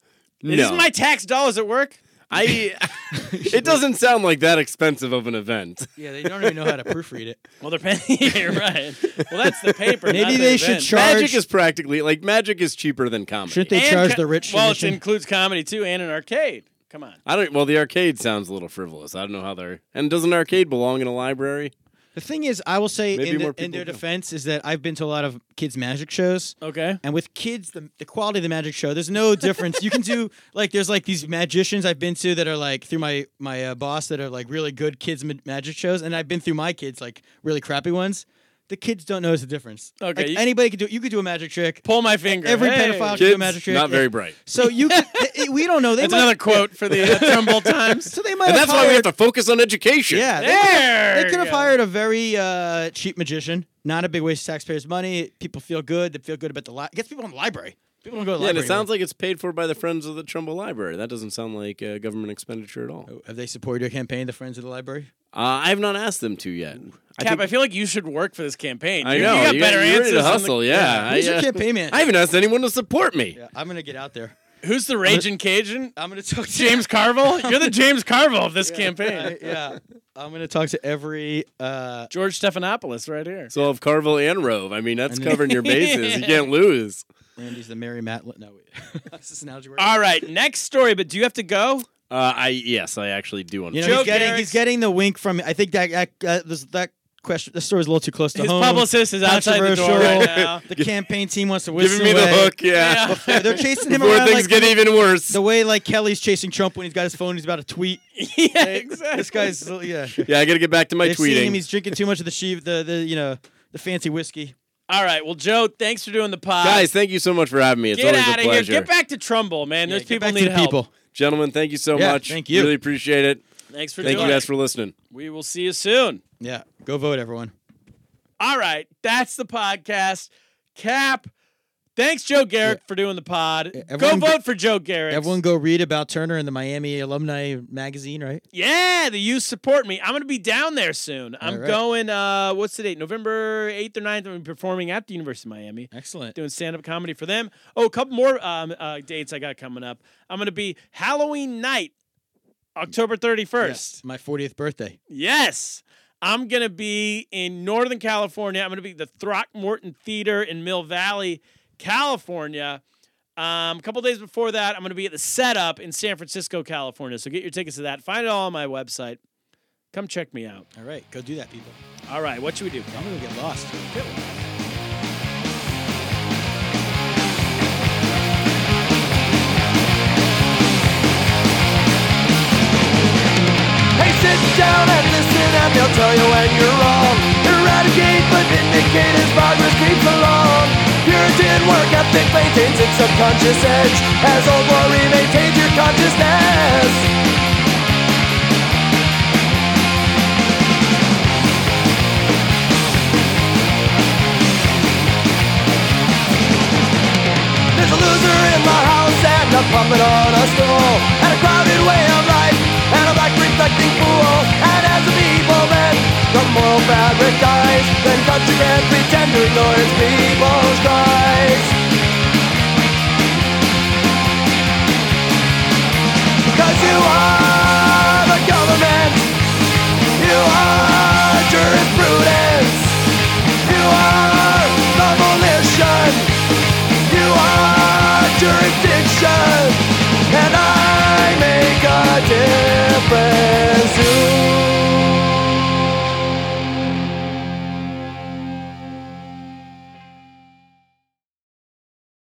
S5: no.
S1: this my tax dollars at work?
S5: I. it doesn't sound like that expensive of an event.
S2: Yeah, they don't even know how to proofread it.
S1: Well, they're paying. You're right. Well, that's the paper. not
S2: Maybe
S1: the
S2: they should
S1: event.
S2: charge-
S5: Magic is practically like magic is cheaper than comedy.
S2: Shouldn't they
S1: And
S2: charge
S1: co-
S2: the rich?
S1: Well, it
S2: commission?
S1: includes comedy too, and an arcade. Come on.
S5: I don't. Well, the arcade sounds a little frivolous. I don't know how they're. And does an arcade belong in a library?
S2: the thing is, I will say
S5: Maybe
S2: in, the-
S5: more
S2: in
S5: people
S2: their
S5: do.
S2: defense is that I've been to a lot of kids' magic shows.
S1: Okay.
S2: And with kids, the, the quality of the magic show, there's no difference. you can do like there's like these magicians I've been to that are like through my my uh, boss that are like really good kids ma- magic shows, and I've been through my kids like really crappy ones. The kids don't notice the difference.
S1: Okay,
S2: Like,
S1: you-
S2: anybody could do. You could do a magic trick.
S1: Pull my finger.
S2: Every
S1: Hey.
S2: pedophile could do a
S5: Kids,
S2: magic trick.
S5: not very
S2: Yeah.
S5: bright.
S2: So you, could, th- it- we don't know. They
S1: That's
S2: might,
S1: another quote for the uh, Trumbull Times.
S2: So they might.
S5: And
S2: have
S5: that's why we
S2: hired-
S5: have to focus on education.
S2: Yeah, they-
S1: There.
S2: They could have
S1: you go.
S2: hired a very uh, cheap magician. Not a big waste of taxpayers' money. People feel good. They feel good about the li- gets people in the library. People don't go to the
S5: Yeah, and
S2: library.
S5: it sounds like it's paid for by the Friends of the Trumbull Library. That doesn't sound like uh, government expenditure at all. Uh,
S2: anymore. have they supported your campaign, the Friends of the Library?
S5: I have not asked them to yet. I,
S1: Cap,
S5: think-
S1: I feel like you should work for this campaign.
S5: I
S1: You-
S5: know.
S1: You got better
S5: you're ready
S1: answers.
S5: to
S1: than
S5: hustle. yeah.
S2: Who's
S5: I,
S2: your
S5: uh,
S2: campaign manager?
S5: I haven't asked anyone to support me.
S2: Yeah, I'm gonna get out there.
S1: The, who's the raging Cajun?
S2: I'm gonna talk to
S1: James Carville. You're the James Carville of this
S2: I-
S1: campaign.
S2: yeah, I'm gonna talk to every. Uh,
S1: George Stephanopoulos, right here.
S5: So of Carville and Rove. I mean, that's
S2: And then-
S5: covering your bases. You can't lose.
S2: Randy's the Mary Matlin. No, wait. that's just an algebra.
S1: All right, next story. But do you have to go?
S5: Uh, I yes, I actually do want
S2: You
S5: to.
S2: know,
S1: Joe
S2: he's getting,
S1: Garrick's-
S2: he's getting the wink from. I think that that uh, this, that question, the story's a little too close to
S1: His
S2: home.
S1: publicist is outside the door right
S2: Controversial.
S1: now.
S2: The campaign team wants to
S5: Giving
S2: whistle
S5: me the
S2: away.
S5: hook. Yeah.
S1: Yeah.
S2: Yeah, they're chasing him
S5: Before
S2: around
S5: things
S2: like
S5: get even worse.
S2: the way like Kelly's chasing Trump when he's got his phone. He's about to tweet.
S1: yeah, exactly.
S2: This guy's uh, yeah.
S5: yeah, I got to get back to my
S2: They've
S5: tweeting.
S2: seen him. He's drinking too much of the she the the you know the fancy whiskey.
S1: All right. Well, Joe, thanks for doing the pod.
S5: Guys, thank you so much for having me. It's
S1: get
S5: always
S1: out
S5: a
S1: of here.
S5: pleasure.
S1: Get back to Trumbull, man. There's
S2: Yeah, get
S1: people
S2: back
S1: need
S2: to the
S1: help.
S2: people.
S5: Gentlemen, thank you so
S2: Yeah,
S5: much.
S2: thank you.
S5: Really appreciate it.
S1: Thanks for
S5: Thank you
S1: doing
S5: guys
S1: it.
S5: for listening.
S1: we will see you soon.
S2: Yeah, go vote, everyone.
S1: All right. That's the podcast. Cap. Thanks, Joe Garrick, for doing the pod. Go
S2: E-, everyone go-
S1: vote for Joe Garrick.
S2: Everyone go read about Turner in the Miami Alumni Magazine, right?
S1: yeah, the youth support me. I'm going to be down there soon. I'm
S2: All right.
S1: going, uh, what's the date? November 8th or 9th. I'm gonna be performing at the University of Miami.
S2: Excellent.
S1: doing stand up comedy for them. Oh, a couple more um, uh, dates I got coming up. I'm going to be Halloween night, October 31st.
S2: Yes, my 40th birthday.
S1: Yes. I'm going to be in Northern California. I'm going to be at the Throckmorton Theater in Mill Valley, California. Um, a couple days before that, I'm going to be at the setup in San Francisco, California. So get your tickets to that. Find it all on my website. Come check me out.
S2: All right, go do that, people.
S1: All right, what should we do?
S2: I'm gonna get lost.
S3: Hey, sit down and listen, and they'll tell you when you're wrong. Eradicate but vindicate as progress creeps along. Puritan work ethic maintains its subconscious edge, as old glory maintains your consciousness. There's a loser in my house and a puppet on a stool And a crowded way of life and a black reflecting fool And as an evil man, the
S7: will paradise Then cut to grand pretender noise people's cries Cause you are the government You are jurisprudence You are the volition You are jurisdiction